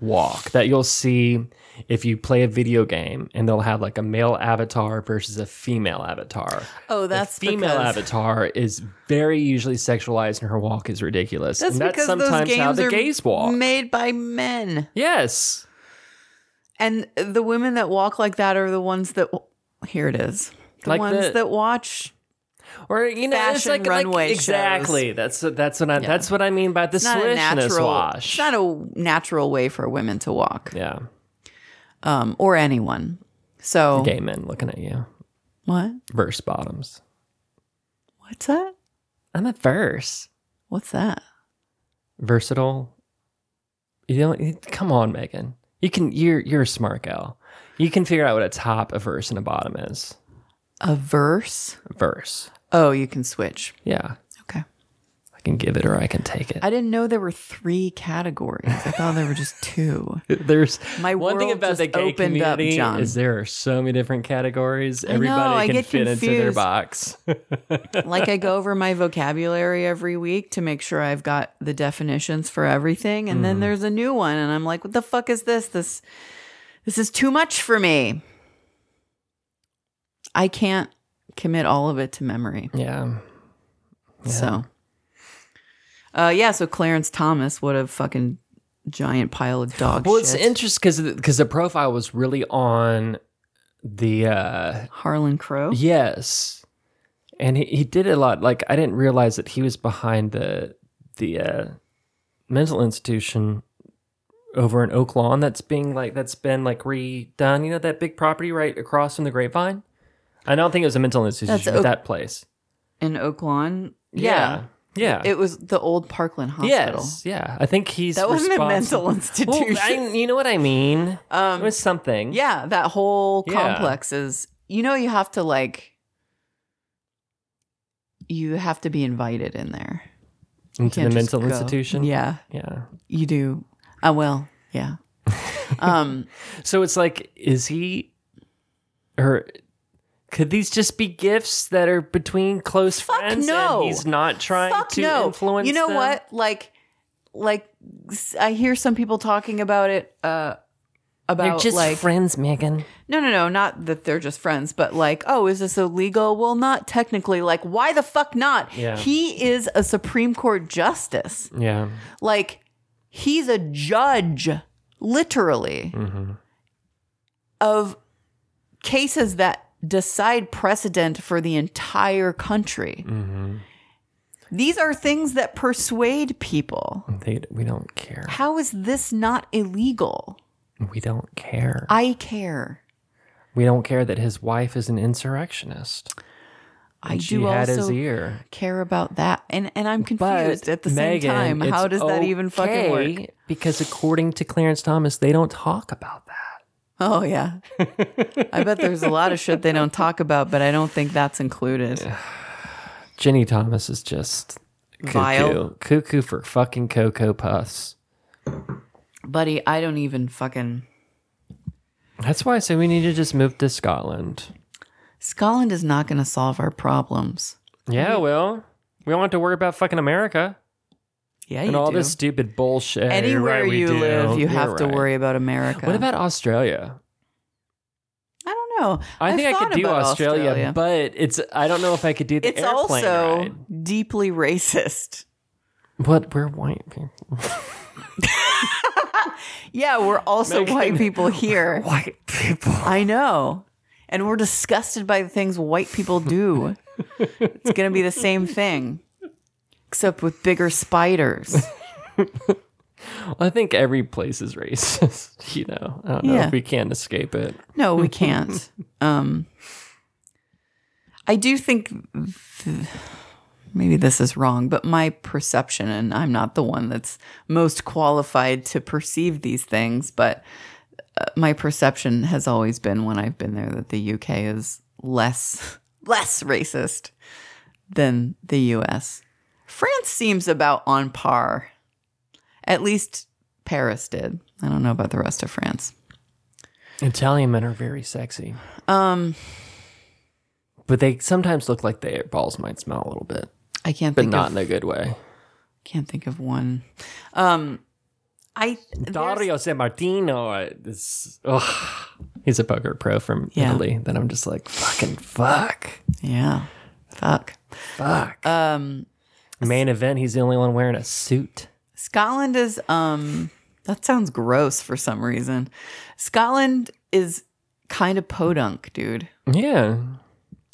[SPEAKER 2] walk that you'll see if you play a video game and they'll have like a male avatar versus a female avatar.
[SPEAKER 1] Oh, that's
[SPEAKER 2] the female
[SPEAKER 1] because,
[SPEAKER 2] avatar is very usually sexualized and her walk is ridiculous.
[SPEAKER 1] That's
[SPEAKER 2] and that's
[SPEAKER 1] because those
[SPEAKER 2] sometimes
[SPEAKER 1] games
[SPEAKER 2] how the
[SPEAKER 1] are
[SPEAKER 2] gays walk.
[SPEAKER 1] made by men,
[SPEAKER 2] yes.
[SPEAKER 1] and the women that walk like that are the ones that. Here it is. The
[SPEAKER 2] Like
[SPEAKER 1] ones
[SPEAKER 2] the-
[SPEAKER 1] that watch.
[SPEAKER 2] or you know, it's
[SPEAKER 1] fashion
[SPEAKER 2] like, like-
[SPEAKER 1] runway shows.
[SPEAKER 2] exactly. That's that's what I
[SPEAKER 1] Yeah.
[SPEAKER 2] that's what I mean by the
[SPEAKER 1] It's not
[SPEAKER 2] swish
[SPEAKER 1] a
[SPEAKER 2] and a
[SPEAKER 1] natural.
[SPEAKER 2] swash.
[SPEAKER 1] It's not a natural way for women to walk,
[SPEAKER 2] yeah,
[SPEAKER 1] um, or anyone. So
[SPEAKER 2] gay men looking at you.
[SPEAKER 1] what?
[SPEAKER 2] Verse bottoms.
[SPEAKER 1] What's that?
[SPEAKER 2] I'm a verse
[SPEAKER 1] What's that?
[SPEAKER 2] versatile. You don't you- come on, Megan. You can. You're you're a smart gal. You can figure out what a top, a verse, and a bottom is.
[SPEAKER 1] A verse?
[SPEAKER 2] Verse.
[SPEAKER 1] Oh, you can switch.
[SPEAKER 2] Yeah,
[SPEAKER 1] Okay.
[SPEAKER 2] I can give it or I can take it.
[SPEAKER 1] I didn't know there were three categories. I thought there were just two.
[SPEAKER 2] (laughs) There's
[SPEAKER 1] My
[SPEAKER 2] one thing
[SPEAKER 1] world
[SPEAKER 2] about
[SPEAKER 1] just
[SPEAKER 2] the gay
[SPEAKER 1] opened up,
[SPEAKER 2] community
[SPEAKER 1] John.
[SPEAKER 2] is there are so many different categories.
[SPEAKER 1] know,
[SPEAKER 2] Everybody
[SPEAKER 1] I
[SPEAKER 2] can
[SPEAKER 1] get
[SPEAKER 2] fit into their
[SPEAKER 1] confused.
[SPEAKER 2] box. (laughs)
[SPEAKER 1] Like I go over my vocabulary every week to make sure I've got the definitions for everything, and
[SPEAKER 2] Mm-hmm.
[SPEAKER 1] then there's a new one, and I'm like, "What the fuck is this? This, this is too much for me. I can't commit all of it to memory."
[SPEAKER 2] yeah.
[SPEAKER 1] So, uh, yeah. So Clarence Thomas, what a fucking giant pile of dog
[SPEAKER 2] Well, it's
[SPEAKER 1] shit.
[SPEAKER 2] interesting because because the profile was really on the uh
[SPEAKER 1] Harlan Crow.
[SPEAKER 2] yes, and he, he did a lot. Like I didn't realize that he was behind the the uh, mental institution over in Oak Lawn that's being like that's been like redone. You know that big property right across from the Grapevine. I don't think it was a mental institution,
[SPEAKER 1] That's
[SPEAKER 2] but
[SPEAKER 1] Oak-
[SPEAKER 2] that place.
[SPEAKER 1] in Oak Lawn. Yeah.
[SPEAKER 2] yeah.
[SPEAKER 1] It was the old Parkland Hospital.
[SPEAKER 2] Yes, yeah. I think he's
[SPEAKER 1] That wasn't a
[SPEAKER 2] responsible-
[SPEAKER 1] mental institution.
[SPEAKER 2] Well, I, you know what I mean.
[SPEAKER 1] (laughs) Um,
[SPEAKER 2] it was something.
[SPEAKER 1] Yeah, that whole
[SPEAKER 2] Mm-hmm. Yeah.
[SPEAKER 1] complex is you know you have to like you have to be invited in there. You
[SPEAKER 2] into the
[SPEAKER 1] can't just
[SPEAKER 2] mental
[SPEAKER 1] go.
[SPEAKER 2] institution.
[SPEAKER 1] Yeah,
[SPEAKER 2] yeah.
[SPEAKER 1] you do. Uh, well,
[SPEAKER 2] (laughs)
[SPEAKER 1] yeah. um
[SPEAKER 2] So it's like, is he or could these just be gifts that are between close
[SPEAKER 1] Fuck
[SPEAKER 2] friends?
[SPEAKER 1] no.
[SPEAKER 2] and he's not trying
[SPEAKER 1] fuck
[SPEAKER 2] to
[SPEAKER 1] no.
[SPEAKER 2] influence.
[SPEAKER 1] You know
[SPEAKER 2] them?
[SPEAKER 1] what? Like like s- I hear some people talking about it uh
[SPEAKER 2] They're
[SPEAKER 1] about
[SPEAKER 2] just
[SPEAKER 1] like
[SPEAKER 2] friends, Megan.
[SPEAKER 1] No, no, no, not that they're just friends, but like, oh, is this illegal? Well, not technically. Like, why the fuck not?
[SPEAKER 2] Yeah.
[SPEAKER 1] He is a Supreme Court justice.
[SPEAKER 2] Yeah,
[SPEAKER 1] Like, he's a judge, literally,
[SPEAKER 2] Mm-hmm.
[SPEAKER 1] of cases that decide precedent for the entire country.
[SPEAKER 2] Mm-hmm.
[SPEAKER 1] These are things that persuade people.
[SPEAKER 2] they, we don't care.
[SPEAKER 1] How is this not illegal?
[SPEAKER 2] We don't care.
[SPEAKER 1] I care.
[SPEAKER 2] we don't care that his wife is an insurrectionist.
[SPEAKER 1] I
[SPEAKER 2] she
[SPEAKER 1] do
[SPEAKER 2] had his
[SPEAKER 1] also
[SPEAKER 2] ear.
[SPEAKER 1] care about that, and and I'm confused
[SPEAKER 2] But
[SPEAKER 1] at the
[SPEAKER 2] Megan,
[SPEAKER 1] same time. How
[SPEAKER 2] it's
[SPEAKER 1] does that even fucking
[SPEAKER 2] okay,
[SPEAKER 1] work?
[SPEAKER 2] Because according to Clarence Thomas, they don't talk about that.
[SPEAKER 1] Oh yeah, I bet there's a lot of shit they don't talk about, but I don't think that's included.
[SPEAKER 2] Jenny Thomas is just cuckoo.
[SPEAKER 1] Vile.
[SPEAKER 2] Cuckoo for fucking Cocoa Puffs.
[SPEAKER 1] Buddy, I don't even fucking.
[SPEAKER 2] That's why I say we need to just move to Scotland.
[SPEAKER 1] Scotland is not going to solve our problems.
[SPEAKER 2] Yeah, well, we don't have to worry about fucking America
[SPEAKER 1] Yeah,
[SPEAKER 2] and
[SPEAKER 1] you
[SPEAKER 2] all
[SPEAKER 1] do.
[SPEAKER 2] this stupid bullshit.
[SPEAKER 1] Anywhere
[SPEAKER 2] Right, we
[SPEAKER 1] you
[SPEAKER 2] do.
[SPEAKER 1] live, you
[SPEAKER 2] You're
[SPEAKER 1] have to
[SPEAKER 2] right.
[SPEAKER 1] worry about America.
[SPEAKER 2] What about Australia?
[SPEAKER 1] I don't know.
[SPEAKER 2] I
[SPEAKER 1] I've
[SPEAKER 2] think I
[SPEAKER 1] thought
[SPEAKER 2] could do
[SPEAKER 1] about
[SPEAKER 2] Australia, but it's I don't know if I could do the
[SPEAKER 1] it's
[SPEAKER 2] airplane
[SPEAKER 1] also
[SPEAKER 2] ride.
[SPEAKER 1] deeply racist.
[SPEAKER 2] But we're white people.
[SPEAKER 1] Yeah, we're also
[SPEAKER 2] Megan,
[SPEAKER 1] white people
[SPEAKER 2] (laughs)
[SPEAKER 1] here.
[SPEAKER 2] White
[SPEAKER 1] (sighs)
[SPEAKER 2] people.
[SPEAKER 1] I know. And we're disgusted by the things white people do. it's going to be the same thing, except with bigger spiders.
[SPEAKER 2] I think every place is racist. (laughs) You know, I don't know
[SPEAKER 1] Yeah.
[SPEAKER 2] if we can escape it.
[SPEAKER 1] No, we can't. um, I do think th- maybe this is wrong, but my perception, and I'm not the one that's most qualified to perceive these things, but uh, my perception has always been when I've been there that the UK is less (laughs) less racist than the US. France seems about on par. At least Paris did. I don't know about the rest of France.
[SPEAKER 2] Italian men are very sexy. Um, but they sometimes look like their balls might smell a little bit,
[SPEAKER 1] I can't
[SPEAKER 2] but
[SPEAKER 1] think
[SPEAKER 2] not
[SPEAKER 1] of
[SPEAKER 2] in a good way.
[SPEAKER 1] can't think of one. Um, I there's-
[SPEAKER 2] Dario San Martino is, ugh. he's a poker pro from
[SPEAKER 1] Yeah.
[SPEAKER 2] Italy that I'm just like fucking fuck,
[SPEAKER 1] yeah, fuck.
[SPEAKER 2] fuck.
[SPEAKER 1] Um,
[SPEAKER 2] Main event, he's the only one wearing a suit.
[SPEAKER 1] Scotland is um that sounds gross for some reason. Scotland is kind of podunk, dude.
[SPEAKER 2] Yeah.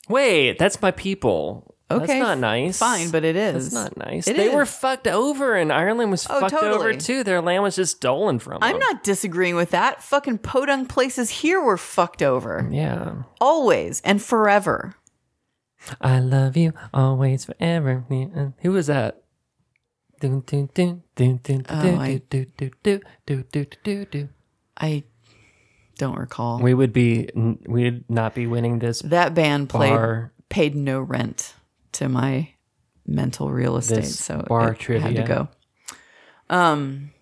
[SPEAKER 2] Wait, that's my people.
[SPEAKER 1] Okay,
[SPEAKER 2] that's not nice.
[SPEAKER 1] Fine, but it is.
[SPEAKER 2] That's not nice.
[SPEAKER 1] It
[SPEAKER 2] they were
[SPEAKER 1] is. Oh,
[SPEAKER 2] fucked over, and Ireland was fucked over
[SPEAKER 1] totally.
[SPEAKER 2] too. Their land was just stolen from
[SPEAKER 1] I'm
[SPEAKER 2] them.
[SPEAKER 1] not disagreeing with that. Fucking podunk places here were fucked over
[SPEAKER 2] Yeah.
[SPEAKER 1] always and forever.
[SPEAKER 2] I love you always, forever. Yeah, uh, Who was that? Do, do, do, do, do, do,
[SPEAKER 1] Oh, I-
[SPEAKER 2] do, do, do, do, do, do, do.
[SPEAKER 1] I don't recall.
[SPEAKER 2] We would be, n- we'd not be winning this
[SPEAKER 1] that band played
[SPEAKER 2] bar,
[SPEAKER 1] paid no rent to my mental real estate,
[SPEAKER 2] This
[SPEAKER 1] so
[SPEAKER 2] bar
[SPEAKER 1] it had to
[SPEAKER 2] trivia.
[SPEAKER 1] go. Um,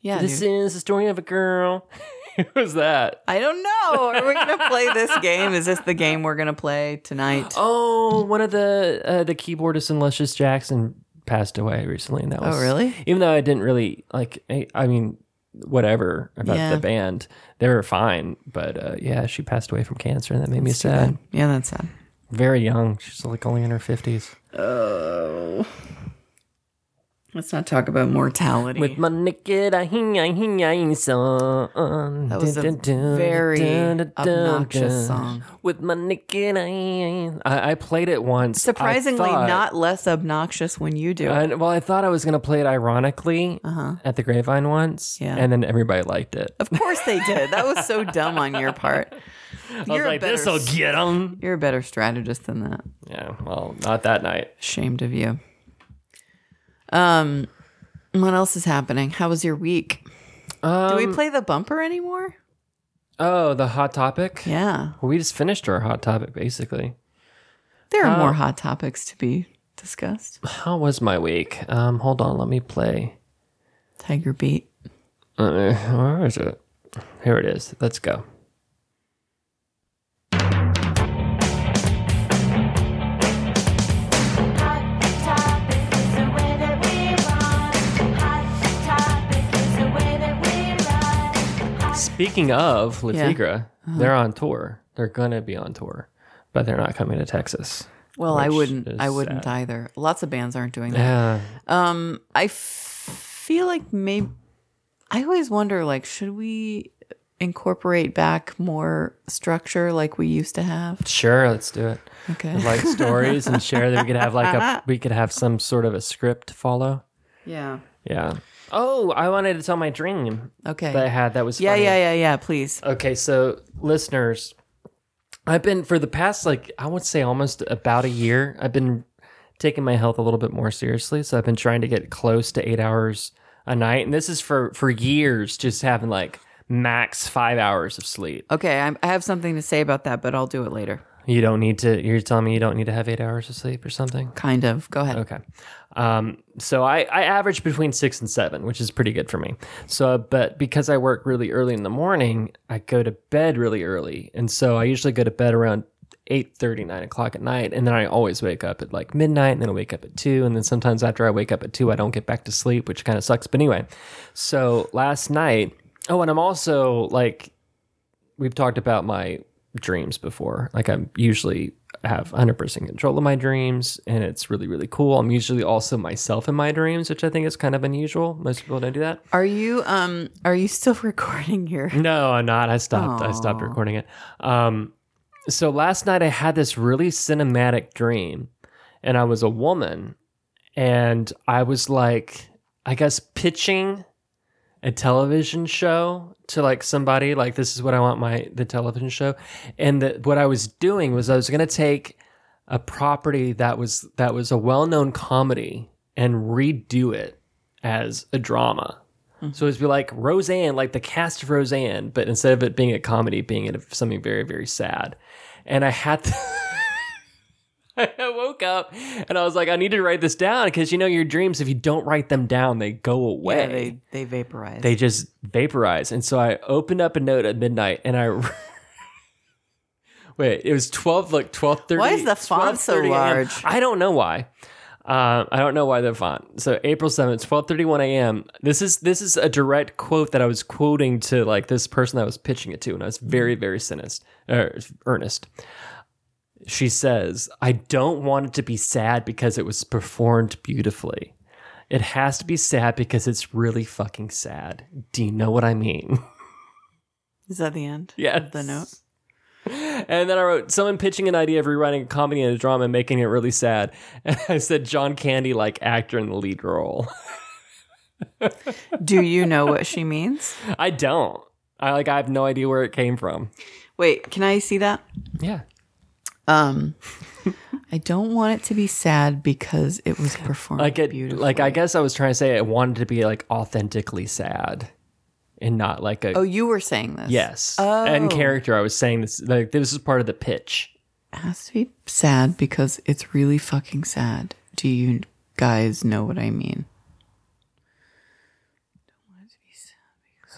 [SPEAKER 1] yeah,
[SPEAKER 2] This
[SPEAKER 1] dude.
[SPEAKER 2] is the story of a girl. (laughs) Who was that?
[SPEAKER 1] I don't know. Are we gonna
[SPEAKER 2] (laughs)
[SPEAKER 1] play this game? Is this the game we're gonna play tonight?
[SPEAKER 2] Oh, one of the uh, the keyboardists in Luscious Jackson passed away recently, and that was
[SPEAKER 1] Oh, really?
[SPEAKER 2] Even though I didn't really like, I, I mean, whatever about
[SPEAKER 1] Yeah.
[SPEAKER 2] the band, they were fine. But uh, yeah, she passed away from cancer, and that made me (gasps) sad.
[SPEAKER 1] Yeah, that's sad.
[SPEAKER 2] Very young. She's like only in her fifties.
[SPEAKER 1] Let's not talk about mortality.
[SPEAKER 2] With my naked eye, I hing, I song.
[SPEAKER 1] that was a very obnoxious song.
[SPEAKER 2] With my naked eye, I, I played it once. I
[SPEAKER 1] Surprisingly,
[SPEAKER 2] thought-
[SPEAKER 1] not less obnoxious when you do it.
[SPEAKER 2] I, well, I thought I was gonna play it ironically at the Grapevine once,
[SPEAKER 1] Uh-huh. Yeah.
[SPEAKER 2] and then everybody liked it.
[SPEAKER 1] Of course they did. That was so dumb on your part.
[SPEAKER 2] (laughs) I was
[SPEAKER 1] You're a
[SPEAKER 2] like,
[SPEAKER 1] better
[SPEAKER 2] "This will
[SPEAKER 1] s-
[SPEAKER 2] get them."
[SPEAKER 1] You're a better strategist than that.
[SPEAKER 2] Yeah, well, not that night.
[SPEAKER 1] Ashamed of you. Um, what else is happening? How was your week? Do
[SPEAKER 2] Um,
[SPEAKER 1] we play the bumper anymore?
[SPEAKER 2] oh, the hot topic.
[SPEAKER 1] Yeah,
[SPEAKER 2] Well, we just finished our hot topic, basically.
[SPEAKER 1] there are more hot topics to be discussed.
[SPEAKER 2] How was my week? Um, hold on, let me play.
[SPEAKER 1] Tiger beat.
[SPEAKER 2] Uh, where is it? Here it is. Let's go.
[SPEAKER 3] Hot topic is the way that we run. Hot topic is the way that we run.
[SPEAKER 2] Speaking of La Tigra,
[SPEAKER 1] Uh-huh.
[SPEAKER 2] they're on tour. They're gonna be on tour, but they're not coming to Texas.
[SPEAKER 1] Well, I
[SPEAKER 2] Which
[SPEAKER 1] wouldn't.
[SPEAKER 2] is
[SPEAKER 1] I wouldn't
[SPEAKER 2] sad.
[SPEAKER 1] either. Lots of bands aren't doing that.
[SPEAKER 2] Yeah.
[SPEAKER 1] Um, I f- feel like maybe I always wonder. Like, should we incorporate back more structure like we used to have?
[SPEAKER 2] Sure, let's do it.
[SPEAKER 1] Okay. (laughs)
[SPEAKER 2] like stories and share that we could have like a we could have some sort of a script to follow.
[SPEAKER 1] yeah.
[SPEAKER 2] Yeah. Oh, I wanted to tell my dream
[SPEAKER 1] Okay.
[SPEAKER 2] that I had that was
[SPEAKER 1] yeah,
[SPEAKER 2] funny.
[SPEAKER 1] yeah, yeah, yeah. Please.
[SPEAKER 2] Okay, so listeners, I've been for the past like I would say almost about a year. I've been taking my health a little bit more seriously, so I've been trying to get close to eight hours a night, and this is for for years, just having like max five hours of sleep.
[SPEAKER 1] Okay, I'm, I have something to say about that, but I'll do it later.
[SPEAKER 2] You don't need to. You're telling me you don't need to have eight hours of sleep or something?
[SPEAKER 1] Kind of. Go ahead.
[SPEAKER 2] Okay. Um, so I, I average between six and seven, which is pretty good for me. So, but because I work really early in the morning, I go to bed really early, and so I usually go to bed around eight thirty, nine o'clock at night, and then I always wake up at like midnight, and then I wake up at two, and then sometimes after I wake up at two, I don't get back to sleep, which kind of sucks. But anyway, so last night, oh, and I'm also like we've talked about my dreams before. Like I'm usually have 100% control of my dreams and it's really really cool. I'm usually also myself in my dreams, which I think is kind of unusual. Most people don't do that.
[SPEAKER 1] Are you um are you still (laughs) recording here?
[SPEAKER 2] No, I'm not. I stopped. I stopped recording it. Um, so last night I had this really cinematic dream, and I was a woman, and I was like, I guess pitching a television show to like somebody like this is what I want my the television show, and that what I was doing was I was gonna take a property that was that was a well known comedy and redo it as a drama.
[SPEAKER 1] Mm-hmm.
[SPEAKER 2] So it'd be like Roseanne, like the cast of Roseanne, but instead of it being a comedy, being it something very, very sad. And I had to. (laughs) I woke up and I was like, I need to write this down because you know your dreams. If you don't write them down, they go away.
[SPEAKER 1] Yeah, they they vaporize.
[SPEAKER 2] They just vaporize. And so I opened up a note at midnight and I. Wait, it was 12, like 12.30.
[SPEAKER 1] Why is the font so
[SPEAKER 2] 12:30 a.m..
[SPEAKER 1] large?
[SPEAKER 2] I don't know why. Um, I don't know why the font. So April 7th, 12.31 a.m. This is this is a direct quote that I was quoting to like this person I was pitching it to. And I was very, very sinister, er, earnest. She says, I don't want it to be sad because it was performed beautifully. It has to be sad because it's really fucking sad. Do you know what I mean? (laughs)
[SPEAKER 1] Is that the end?
[SPEAKER 2] Yeah.
[SPEAKER 1] The note.
[SPEAKER 2] And then I wrote someone pitching an idea of rewriting a comedy and a drama and making it really sad. (laughs) And I said John Candy like actor in the lead role. (laughs)
[SPEAKER 1] Do you know what she
[SPEAKER 2] (laughs)
[SPEAKER 1] means?
[SPEAKER 2] I don't. I like I have no idea where it came from.
[SPEAKER 1] Wait, can I see that?
[SPEAKER 2] Yeah.
[SPEAKER 1] Um I don't want it to be sad because it was performed
[SPEAKER 2] Like it
[SPEAKER 1] beautifully.
[SPEAKER 2] like I guess I was trying to say I wanted to be like authentically sad and not like a
[SPEAKER 1] Oh, you were saying this.
[SPEAKER 2] yes.
[SPEAKER 1] Oh.
[SPEAKER 2] And character I was saying this like this is part of the pitch.
[SPEAKER 1] It has to be sad because it's really fucking sad. Do you guys know what I mean?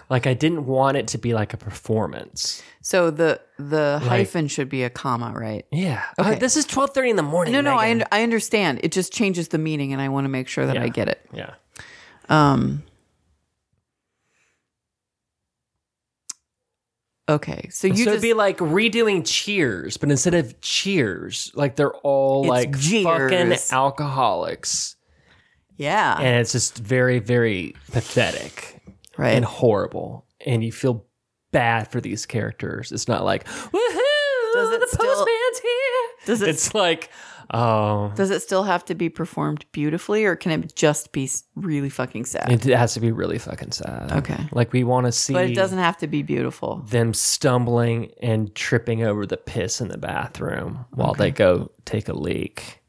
[SPEAKER 2] Like I didn't want it to be like a performance.
[SPEAKER 1] So the the hyphen should be a comma, right?
[SPEAKER 2] Yeah. Okay. this is 12:30 in the morning.
[SPEAKER 1] No, no, I,
[SPEAKER 2] Megan.
[SPEAKER 1] un- I understand. It just changes the meaning, and I want to make sure that I
[SPEAKER 2] Yeah.
[SPEAKER 1] get it.
[SPEAKER 2] Yeah.
[SPEAKER 1] Um. Okay, so you
[SPEAKER 2] so
[SPEAKER 1] just
[SPEAKER 2] it'd be like redoing Cheers, but instead of Cheers, like they're all
[SPEAKER 1] It's
[SPEAKER 2] like fucking
[SPEAKER 1] Jeers.
[SPEAKER 2] alcoholics,
[SPEAKER 1] yeah,
[SPEAKER 2] and it's just very, very pathetic
[SPEAKER 1] right.
[SPEAKER 2] and horrible, and you feel bad for these characters. It's not like woohoo,
[SPEAKER 1] Does it
[SPEAKER 2] the
[SPEAKER 1] still-
[SPEAKER 2] postman's here.
[SPEAKER 1] Does it-
[SPEAKER 2] It's like oh,
[SPEAKER 1] Does it still have to be performed beautifully, or can it just be s- really fucking sad?
[SPEAKER 2] it has to be really fucking sad.
[SPEAKER 1] Okay.
[SPEAKER 2] like we want to see,
[SPEAKER 1] but it doesn't have to be beautiful.
[SPEAKER 2] Them stumbling and tripping over the piss in the bathroom while they go take a leak.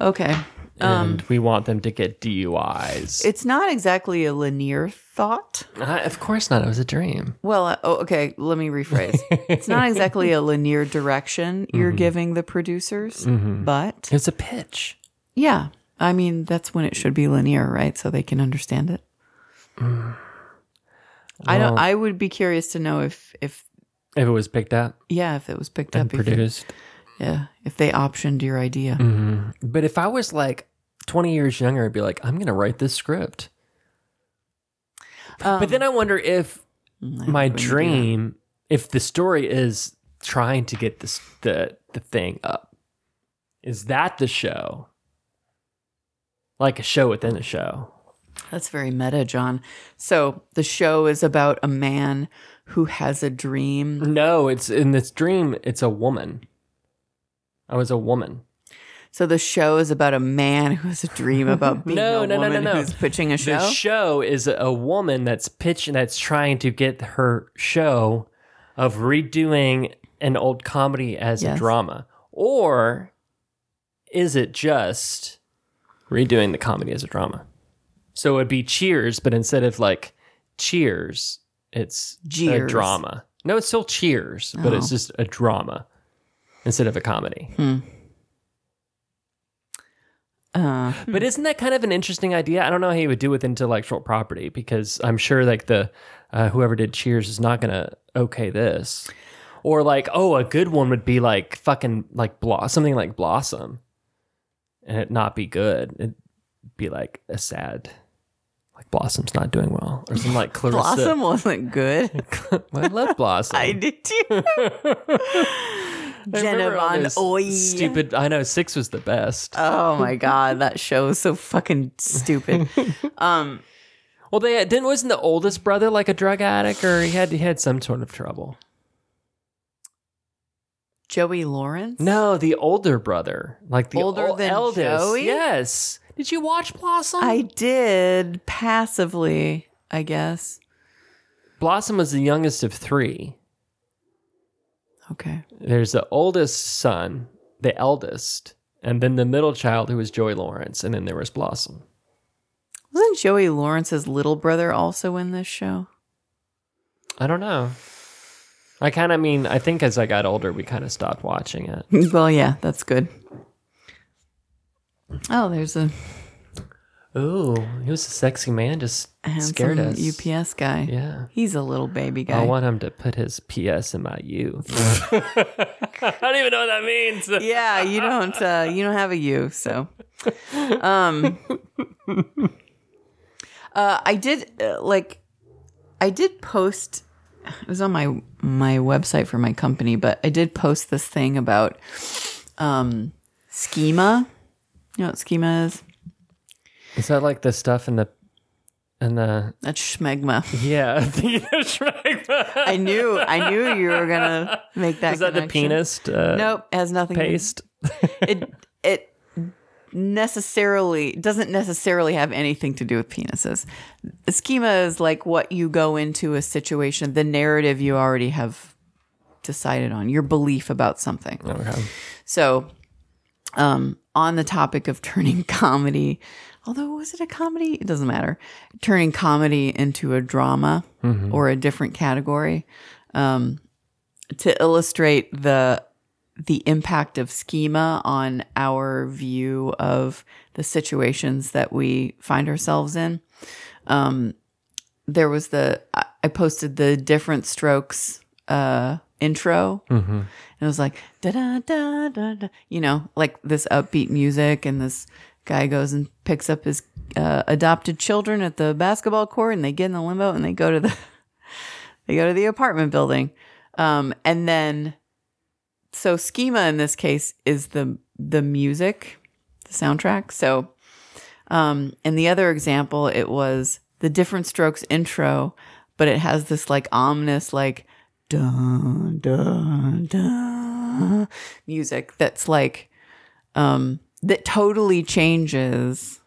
[SPEAKER 1] Okay,
[SPEAKER 2] and we want them to get DUIs.
[SPEAKER 1] it's not exactly a linear thought.
[SPEAKER 2] I- of course not. It was a dream.
[SPEAKER 1] Well, uh, oh, okay, let me
[SPEAKER 2] (laughs)
[SPEAKER 1] rephrase. it's not exactly a linear direction
[SPEAKER 2] Mm-hmm.
[SPEAKER 1] you're giving the producers, but
[SPEAKER 2] It's a pitch.
[SPEAKER 1] yeah, I mean, that's when it should be linear, right? So they can understand it.
[SPEAKER 2] Mm.
[SPEAKER 1] I don't I would be curious to know if if
[SPEAKER 2] If it was picked up
[SPEAKER 1] yeah, if it was picked
[SPEAKER 2] and
[SPEAKER 1] up if you-
[SPEAKER 2] produced. Mm-hmm.
[SPEAKER 1] yeah, if they optioned your idea.
[SPEAKER 2] But if I was like 20 years younger, I'd be like, I'm going to write this script.
[SPEAKER 1] Um,
[SPEAKER 2] but then I wonder if Mm. my
[SPEAKER 1] Mm, wouldn't do that.
[SPEAKER 2] dream, if the story is trying to get this the the thing up, is that the show? Like a show within a show.
[SPEAKER 1] That's very meta, John. So, the show is about a man who has a dream.
[SPEAKER 2] No, it's in this dream. It's a woman. I was a woman.
[SPEAKER 1] So the show is about a man who has a dream
[SPEAKER 2] (laughs)
[SPEAKER 1] about being
[SPEAKER 2] No,
[SPEAKER 1] a
[SPEAKER 2] no, no, no,
[SPEAKER 1] woman
[SPEAKER 2] no.
[SPEAKER 1] who's pitching a show.
[SPEAKER 2] The show is a woman that's pitching, that's trying to get her show of redoing an old comedy as
[SPEAKER 1] Yes.
[SPEAKER 2] a drama? Or is it just redoing the comedy as a drama? So it'd be Cheers, but instead of like Cheers, it's a
[SPEAKER 1] Jeers.
[SPEAKER 2] drama. No, it's still Cheers, but
[SPEAKER 1] Oh.
[SPEAKER 2] it's just a drama instead of a comedy.
[SPEAKER 1] Uh,
[SPEAKER 2] But isn't that kind of an interesting idea? I don't know how you would do with intellectual property because I'm sure like the uh, whoever did Cheers is not gonna okay this, or like oh a good one would be like fucking like blo- something like Blossom, and it not be good. It'd be like a sad, like Blossom's not doing well, or
[SPEAKER 1] (laughs)
[SPEAKER 2] something like Clarissa.
[SPEAKER 1] Blossom wasn't good.
[SPEAKER 2] (laughs)
[SPEAKER 1] (laughs)
[SPEAKER 2] I love Blossom. (laughs)
[SPEAKER 1] I (laughs) did too.
[SPEAKER 2] I remember
[SPEAKER 1] Jenna
[SPEAKER 2] all
[SPEAKER 1] Von
[SPEAKER 2] those
[SPEAKER 1] Oy.
[SPEAKER 2] Stupid. I know six was the best.
[SPEAKER 1] Oh my god, that show is so fucking stupid. Um,
[SPEAKER 2] well, they didn't. Wasn't the oldest brother like a drug addict, or he had he had some sort of trouble.
[SPEAKER 1] Joey Lawrence.
[SPEAKER 2] No, the older brother, like the
[SPEAKER 1] Older
[SPEAKER 2] ol-
[SPEAKER 1] than
[SPEAKER 2] eldest.
[SPEAKER 1] Joey?
[SPEAKER 2] Yes. Did you watch Blossom?
[SPEAKER 1] I did passively, I guess.
[SPEAKER 2] Blossom was the youngest of three.
[SPEAKER 1] Okay.
[SPEAKER 2] There's the oldest son, the eldest, and then the middle child who was Joey Lawrence, and then there was Blossom.
[SPEAKER 1] Wasn't Joey Lawrence's little brother also in this show?
[SPEAKER 2] I don't know. I kind of mean, I think as I got older, we kind of stopped watching it.
[SPEAKER 1] well, yeah, that's good. Oh, there's a
[SPEAKER 2] Ooh, he was a sexy man, just scared
[SPEAKER 1] handsome
[SPEAKER 2] us.
[SPEAKER 1] UPS guy.
[SPEAKER 2] Yeah.
[SPEAKER 1] He's a little baby guy.
[SPEAKER 2] I want him to put his PS in my U. I don't even know what that means.
[SPEAKER 1] yeah, you don't uh, you don't have a U, so um uh, I did uh, like I did post it was on my my website for my company, but I did post this thing about um schema. You know what schema is?
[SPEAKER 2] Is that like the stuff in the in the
[SPEAKER 1] That's schmegma.
[SPEAKER 2] (laughs) yeah? the shrek-
[SPEAKER 1] I knew I knew you were gonna make that.
[SPEAKER 2] Is that the
[SPEAKER 1] connection.
[SPEAKER 2] penis uh,
[SPEAKER 1] Nope, has nothing.
[SPEAKER 2] paste?
[SPEAKER 1] It it necessarily doesn't necessarily have anything to do with penises. Schema is like what you go into a situation, the narrative you already have decided on, your belief about something.
[SPEAKER 2] Okay.
[SPEAKER 1] So, um, on the topic of turning (laughs) comedy, although was it a comedy? It doesn't matter. Turning comedy into a drama or a different category um, to illustrate the the impact of schema on our view of the situations that we find ourselves in. Um, there was the I I posted the different strokes uh, intro.
[SPEAKER 2] Mm-hmm.
[SPEAKER 1] And it was like da da da da da, you know, like this upbeat music, and this guy goes and picks up his uh, adopted children at the basketball court, and they get in the limo, and they go to the (laughs) they go to the apartment building, um, and then so schema in this case is the the music, the soundtrack. So, um, in the other example, it was the Different Strokes intro, but it has this like ominous like dun dun dun music that's like um that totally changes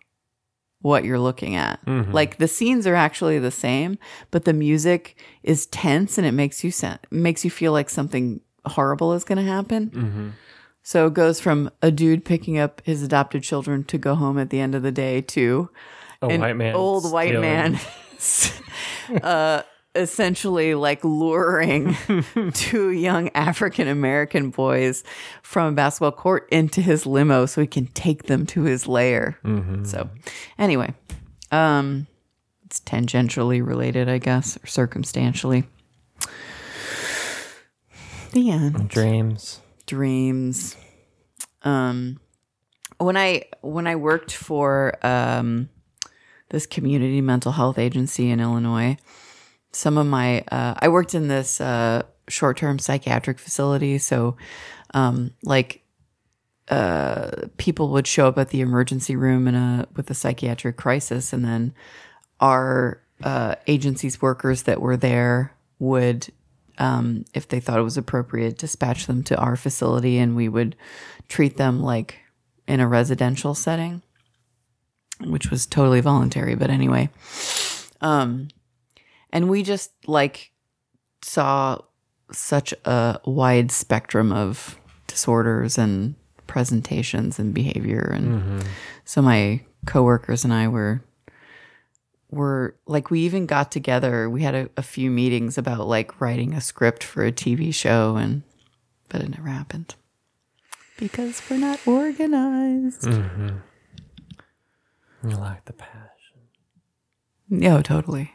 [SPEAKER 1] what you're looking at. Like the scenes are actually the same, but the music is tense and it makes you sen- makes you feel like something horrible is going to happen. So it goes from a dude picking up his adopted children to go home at the end of the day to
[SPEAKER 2] A white man,
[SPEAKER 1] old white
[SPEAKER 2] stealing-
[SPEAKER 1] man (laughs) uh, essentially like luring (laughs) two young African American boys from a basketball court into his limo so he can take them to his lair.
[SPEAKER 2] Mm-hmm.
[SPEAKER 1] So, anyway, um, it's tangentially related, I guess, or circumstantially. The end
[SPEAKER 2] dreams.
[SPEAKER 1] dreams. Um, when I when I worked for um, this community mental health agency in Illinois, some of my uh, I worked in this uh, short term psychiatric facility, so um, like uh, people would show up at the emergency room in a with a psychiatric crisis, and then our uh, agency's workers that were there would, um, if they thought it was appropriate, dispatch them to our facility, and we would treat them like in a residential setting, which was totally voluntary. But anyway, um, and we just like saw such a wide spectrum of disorders and presentations and behavior and so my coworkers and I were were like we even got together we had a, a few meetings about like writing a script for a TV show and but it never happened because we're not organized.
[SPEAKER 2] Mm-hmm. You lack the passion.
[SPEAKER 1] Mm-hmm. Yeah, totally.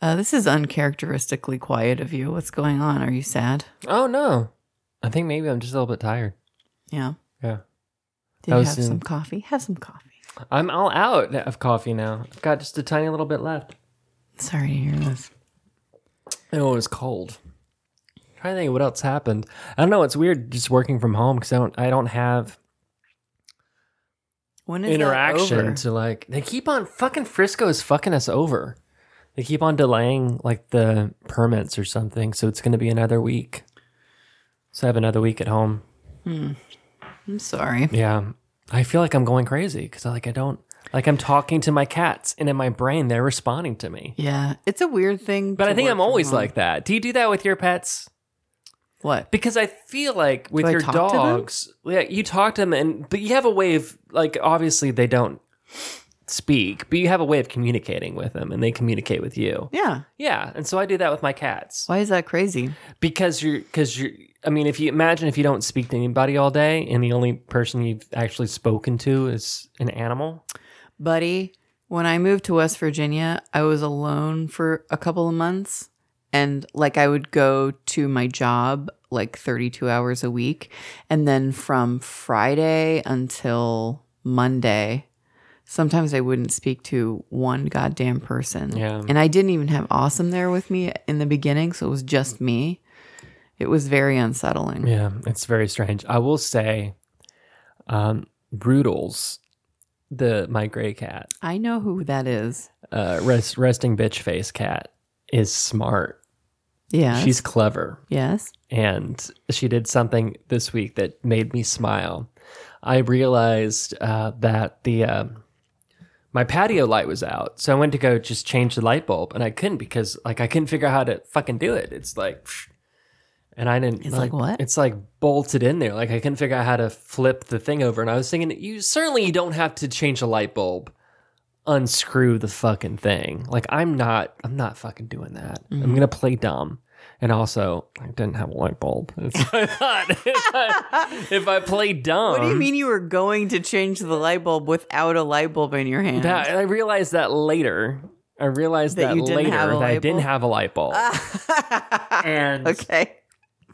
[SPEAKER 1] Uh, this is uncharacteristically quiet of you. What's going on? Are you sad?
[SPEAKER 2] Oh no. I think maybe I'm just a little bit tired.
[SPEAKER 1] Yeah.
[SPEAKER 2] Yeah.
[SPEAKER 1] Did
[SPEAKER 2] I
[SPEAKER 1] you
[SPEAKER 2] was
[SPEAKER 1] have
[SPEAKER 2] in-
[SPEAKER 1] some coffee? Have some coffee.
[SPEAKER 2] I'm all out of coffee now. I've got just a tiny little bit left.
[SPEAKER 1] Sorry to hear this.
[SPEAKER 2] Oh, it was cold. trying to think of what else happened. I don't know. It's weird just working from home because I don't. I don't have
[SPEAKER 1] When is That
[SPEAKER 2] interaction
[SPEAKER 1] over?
[SPEAKER 2] to like. They keep on fucking Frisco is fucking us over. They keep on delaying like the permits or something, so it's going to be another week. So I have another week at home.
[SPEAKER 1] I'm sorry.
[SPEAKER 2] Yeah, I feel like I'm going crazy because like I don't like I'm talking to my cats, and in my brain they're responding to me.
[SPEAKER 1] Yeah, it's a weird thing.
[SPEAKER 2] But
[SPEAKER 1] to
[SPEAKER 2] I think
[SPEAKER 1] work
[SPEAKER 2] I'm
[SPEAKER 1] from
[SPEAKER 2] always
[SPEAKER 1] home.
[SPEAKER 2] like that. Do you do that with your pets?
[SPEAKER 1] what?
[SPEAKER 2] because I feel like with
[SPEAKER 1] I
[SPEAKER 2] your
[SPEAKER 1] talk to them?
[SPEAKER 2] dogs, yeah, you talk to them, and but you have a way of like obviously they don't speak, but you have a way of communicating with them, and they communicate with you.
[SPEAKER 1] Yeah.
[SPEAKER 2] Yeah, and so I do that with my cats
[SPEAKER 1] Why is that crazy?
[SPEAKER 2] because you're because you're. I mean, if you imagine if you don't speak to anybody all day, and the only person you've actually spoken to is an animal.
[SPEAKER 1] Buddy, when I moved to West Virginia, I was alone for a couple of months. And like I would go to my job like 32 hours a week. And then from Friday until Monday, sometimes I wouldn't speak to one goddamn person.
[SPEAKER 2] Yeah.
[SPEAKER 1] And I didn't even have Awesome there with me in the beginning. So it was just me. It was very unsettling.
[SPEAKER 2] Yeah, it's very strange. I will say, um, Brutals, the my gray cat.
[SPEAKER 1] I know who that is.
[SPEAKER 2] uh, rest, resting bitch face cat is smart.
[SPEAKER 1] Yeah.
[SPEAKER 2] She's clever.
[SPEAKER 1] yes.
[SPEAKER 2] And she did something this week that made me smile. I realized uh, that the um my patio light was out, so I went to go just change the light bulb, and I couldn't because like I couldn't figure out how to fucking do it. It's like, (sniffs) psh, and I didn't.
[SPEAKER 1] It's like what?
[SPEAKER 2] It's like bolted in there. Like I couldn't figure out how to flip the thing over, and I was thinking, you certainly you don't have to change a light bulb. Unscrew the fucking thing. Like I'm not. I'm not fucking doing that.
[SPEAKER 1] Mm-hmm.
[SPEAKER 2] I'm gonna play dumb. And also, I didn't have a light bulb. That's what (laughs) I thought. if, I, if I play dumb,
[SPEAKER 1] What do you mean you were going to change the light bulb without a light bulb in your hand? (laughs)
[SPEAKER 2] That I realized that later. I realized
[SPEAKER 1] That
[SPEAKER 2] that,
[SPEAKER 1] you didn't
[SPEAKER 2] later
[SPEAKER 1] have a
[SPEAKER 2] that I
[SPEAKER 1] light
[SPEAKER 2] didn't
[SPEAKER 1] bulb? Ah.
[SPEAKER 2] have a light bulb. and
[SPEAKER 1] okay.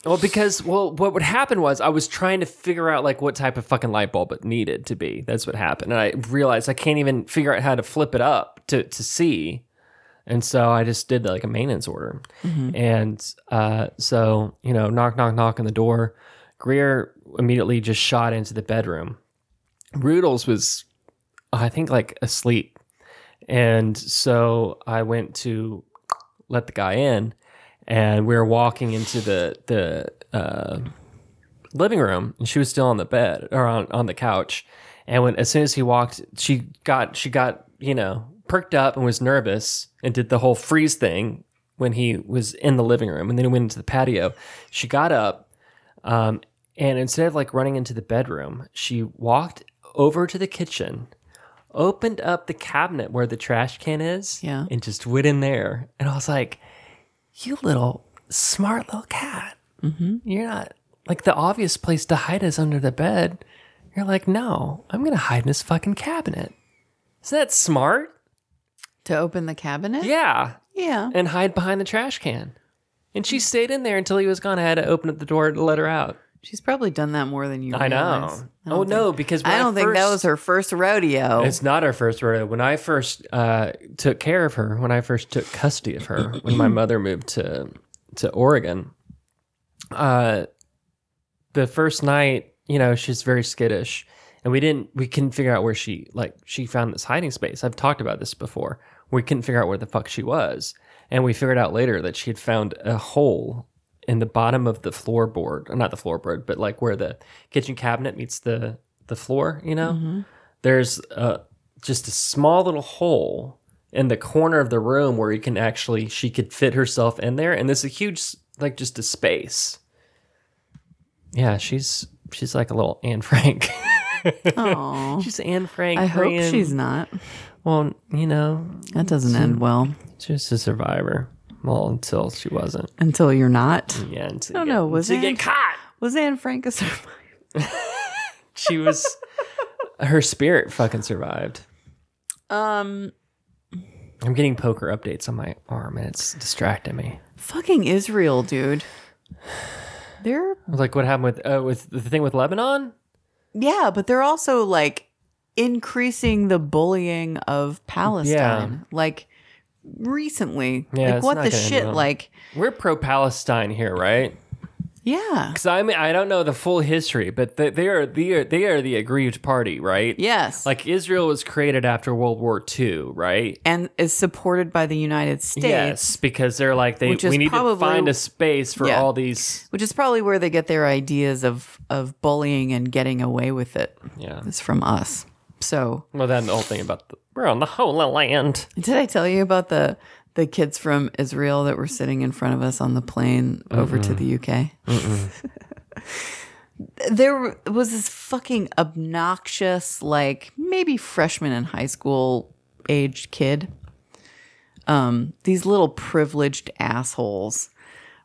[SPEAKER 2] well, because well, what would happen was I was trying to figure out like what type of fucking light bulb it needed to be. That's what happened, and I realized I can't even figure out how to flip it up to to see. And so I just did like a maintenance order, and uh, so you know, knock, knock, knock on the door. Greer immediately just shot into the bedroom. Rudels was, I think, like asleep, and so I went to let the guy in, and we were walking into the the uh, living room, and she was still on the bed or on, on the couch. And when as soon as he walked, she got she got you know perked up and was nervous and did the whole freeze thing when he was in the living room, and then he went into the patio. She got up, um, and instead of like running into the bedroom, she walked over to the kitchen. Opened up the cabinet where the trash can is,
[SPEAKER 1] Yeah.
[SPEAKER 2] and just went in there. And I was like, you little smart little cat. Mm-hmm. You're not like the obvious place to hide is under the bed. You're like, no, I'm gonna hide in this fucking cabinet. Isn't that smart?
[SPEAKER 1] To open the cabinet?
[SPEAKER 2] Yeah,
[SPEAKER 1] Yeah.
[SPEAKER 2] and hide behind the trash can. And she stayed in there until he was gone. I had to open up the door to let her out.
[SPEAKER 1] She's probably done that more than you
[SPEAKER 2] I
[SPEAKER 1] realize.
[SPEAKER 2] know. oh no, because when
[SPEAKER 1] I don't think that
[SPEAKER 2] first-
[SPEAKER 1] was her first rodeo.
[SPEAKER 2] (laughs) It's not our first rodeo. When I first uh, took care of her, when I first took custody of her, when my mother moved to to Oregon, uh, the first night, you know, she's very skittish, and we didn't we couldn't figure out where she like she found this hiding space. I've talked about this before. We couldn't figure out where the fuck she was, and we figured out later that she had found a hole in the bottom of the floorboard, or not the floorboard, but like where the kitchen cabinet meets the the floor. You know there's uh just a small little hole in the corner of the room where you can actually she could fit herself in there and there's a huge s- like just a space. Yeah, she's she's like a little Anne Frank. (laughs)
[SPEAKER 1] Oh,
[SPEAKER 2] she's Anne Frank.
[SPEAKER 1] I hope
[SPEAKER 2] Korean.
[SPEAKER 1] she's not.
[SPEAKER 2] well, you know,
[SPEAKER 1] That doesn't end well
[SPEAKER 2] she was a survivor. Well, until she wasn't.
[SPEAKER 1] until you're not.
[SPEAKER 2] Yeah, until
[SPEAKER 1] I don't
[SPEAKER 2] you get-
[SPEAKER 1] know. Was
[SPEAKER 2] until you
[SPEAKER 1] Anne-
[SPEAKER 2] get caught.
[SPEAKER 1] Was Anne Frank a survivor? (laughs)
[SPEAKER 2] She was her spirit fucking survived.
[SPEAKER 1] Um,
[SPEAKER 2] I'm getting poker updates on my arm and it's distracting me.
[SPEAKER 1] fucking Israel, dude. (sighs) They're
[SPEAKER 2] I was like, what happened with uh, with the thing with Lebanon?
[SPEAKER 1] yeah, but they're also like increasing the bullying of Palestine. Like recently,
[SPEAKER 2] Yeah,
[SPEAKER 1] like
[SPEAKER 2] it's
[SPEAKER 1] what
[SPEAKER 2] not
[SPEAKER 1] the
[SPEAKER 2] gonna end
[SPEAKER 1] shit?
[SPEAKER 2] well.
[SPEAKER 1] Like
[SPEAKER 2] We're pro Palestine here, right?
[SPEAKER 1] yeah,
[SPEAKER 2] Because I mean, I don't know the full history, but they, they are the are, they are the aggrieved party, right?
[SPEAKER 1] yes,
[SPEAKER 2] Like Israel was created after World War II, right?
[SPEAKER 1] and is supported by the United States.
[SPEAKER 2] Yes, because they're like they
[SPEAKER 1] Which is
[SPEAKER 2] we need to
[SPEAKER 1] probably-
[SPEAKER 2] find a space for
[SPEAKER 1] Yeah.
[SPEAKER 2] all these.
[SPEAKER 1] which is probably where they get their ideas of of bullying and getting away with it
[SPEAKER 2] Yeah.
[SPEAKER 1] is from us. So,
[SPEAKER 2] Well, then the whole thing about the, we're on the Holy Land.
[SPEAKER 1] did I tell you about the the kids from Israel that were sitting in front of us on the plane over to the UK? (laughs) there was this fucking obnoxious, like maybe freshman in high school aged kid. Um, these little privileged assholes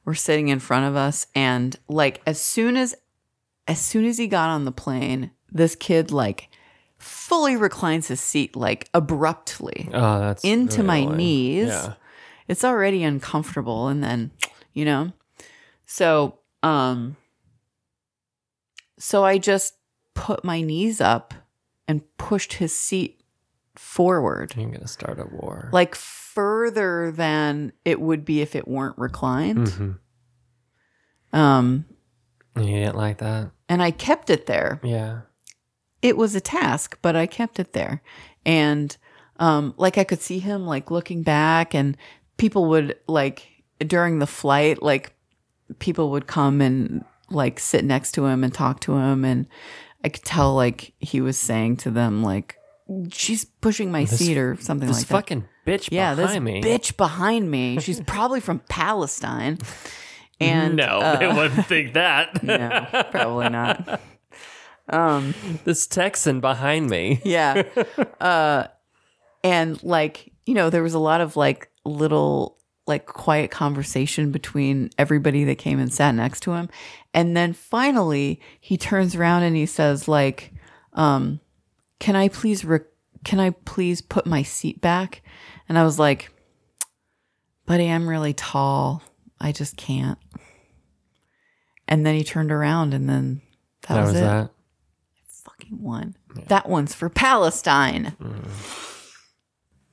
[SPEAKER 1] were sitting in front of us, and like as soon as as soon as he got on the plane, this kid like fully reclines his seat like abruptly
[SPEAKER 2] Oh, that's
[SPEAKER 1] into
[SPEAKER 2] really
[SPEAKER 1] my
[SPEAKER 2] annoying.
[SPEAKER 1] knees.
[SPEAKER 2] Yeah.
[SPEAKER 1] It's already uncomfortable and then, you know. So, um so I just put my knees up and pushed his seat forward
[SPEAKER 2] You're gonna start a war.
[SPEAKER 1] like further than it would be if it weren't reclined.
[SPEAKER 2] Mhm.
[SPEAKER 1] Um
[SPEAKER 2] you didn't like that.
[SPEAKER 1] and I kept it there.
[SPEAKER 2] Yeah.
[SPEAKER 1] It was a task, but I kept it there. And um like I could see him like looking back and people would like during the flight like people would come and like sit next to him and talk to him and I could tell like he was saying to them like she's pushing my seat or something
[SPEAKER 2] This
[SPEAKER 1] like that.
[SPEAKER 2] fucking bitch
[SPEAKER 1] Yeah,
[SPEAKER 2] behind
[SPEAKER 1] this
[SPEAKER 2] me.
[SPEAKER 1] bitch behind me. She's probably from Palestine.
[SPEAKER 2] (laughs)
[SPEAKER 1] And
[SPEAKER 2] no,
[SPEAKER 1] uh,
[SPEAKER 2] they wouldn't think that.
[SPEAKER 1] (laughs) no, probably not. Um,
[SPEAKER 2] this Texan behind me.
[SPEAKER 1] (laughs) yeah. Uh, and like, you know, there was a lot of like little, like quiet conversation between everybody that came and sat next to him. And then finally he turns around and he says like, um, can I please, re- can I please put my seat back? And I was like, buddy, I'm really tall. I just can't. And then he turned around and then that, was, it
[SPEAKER 2] that.
[SPEAKER 1] fucking one. That one's for Palestine.
[SPEAKER 2] Mm.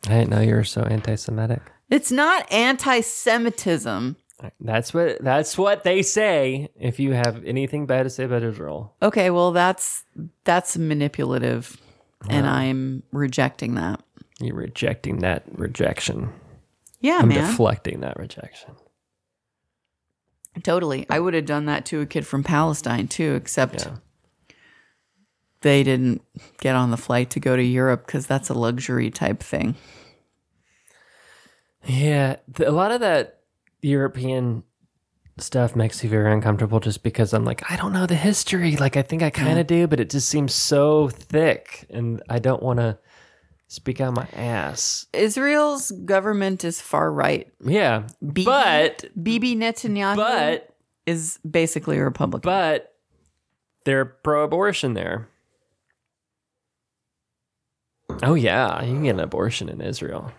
[SPEAKER 2] I didn't know you were so anti-Semitic.
[SPEAKER 1] It's not anti-Semitism.
[SPEAKER 2] That's what that's what they say. If you have anything bad to say about Israel,
[SPEAKER 1] Okay, well that's that's manipulative, and I'm rejecting that.
[SPEAKER 2] you're rejecting that rejection.
[SPEAKER 1] Yeah,
[SPEAKER 2] I'm
[SPEAKER 1] man,
[SPEAKER 2] deflecting that rejection.
[SPEAKER 1] totally. I would have done that to a kid from Palestine too, except
[SPEAKER 2] Yeah.
[SPEAKER 1] they didn't get on the flight to go to Europe because that's a luxury type thing.
[SPEAKER 2] Yeah, th- a lot of that European stuff makes you very uncomfortable just because I'm like, I don't know the history. Like, I think I kind of do, but it just seems so thick, and I don't want to speak out my ass.
[SPEAKER 1] Israel's government is far right.
[SPEAKER 2] Yeah,
[SPEAKER 1] Bibi-
[SPEAKER 2] but
[SPEAKER 1] Bibi Netanyahu
[SPEAKER 2] but
[SPEAKER 1] is basically a Republican.
[SPEAKER 2] but they're pro-abortion there. Oh yeah, you can get an abortion in Israel.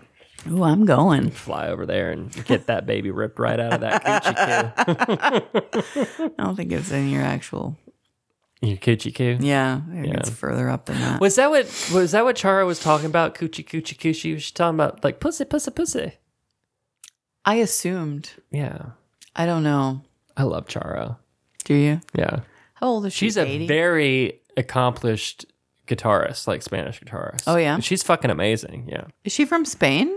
[SPEAKER 1] Ooh, I'm going.
[SPEAKER 2] Fly over there and get that baby ripped right out of that coochie coo.
[SPEAKER 1] I don't think it's in your actual
[SPEAKER 2] (laughs) Your coochie coo.
[SPEAKER 1] Yeah, I think it's further up than that.
[SPEAKER 2] Was that what was that what Chara was talking about? Coochie coochie coochie. Was she talking about like pussy pussy pussy?
[SPEAKER 1] I assumed.
[SPEAKER 2] Yeah,
[SPEAKER 1] I don't know.
[SPEAKER 2] I love Chara.
[SPEAKER 1] Do you?
[SPEAKER 2] Yeah,
[SPEAKER 1] How old is she?
[SPEAKER 2] she's
[SPEAKER 1] 80?
[SPEAKER 2] a very accomplished guitarist, like Spanish guitarist.
[SPEAKER 1] Oh, yeah?
[SPEAKER 2] she's fucking amazing. Yeah.
[SPEAKER 1] is she from Spain?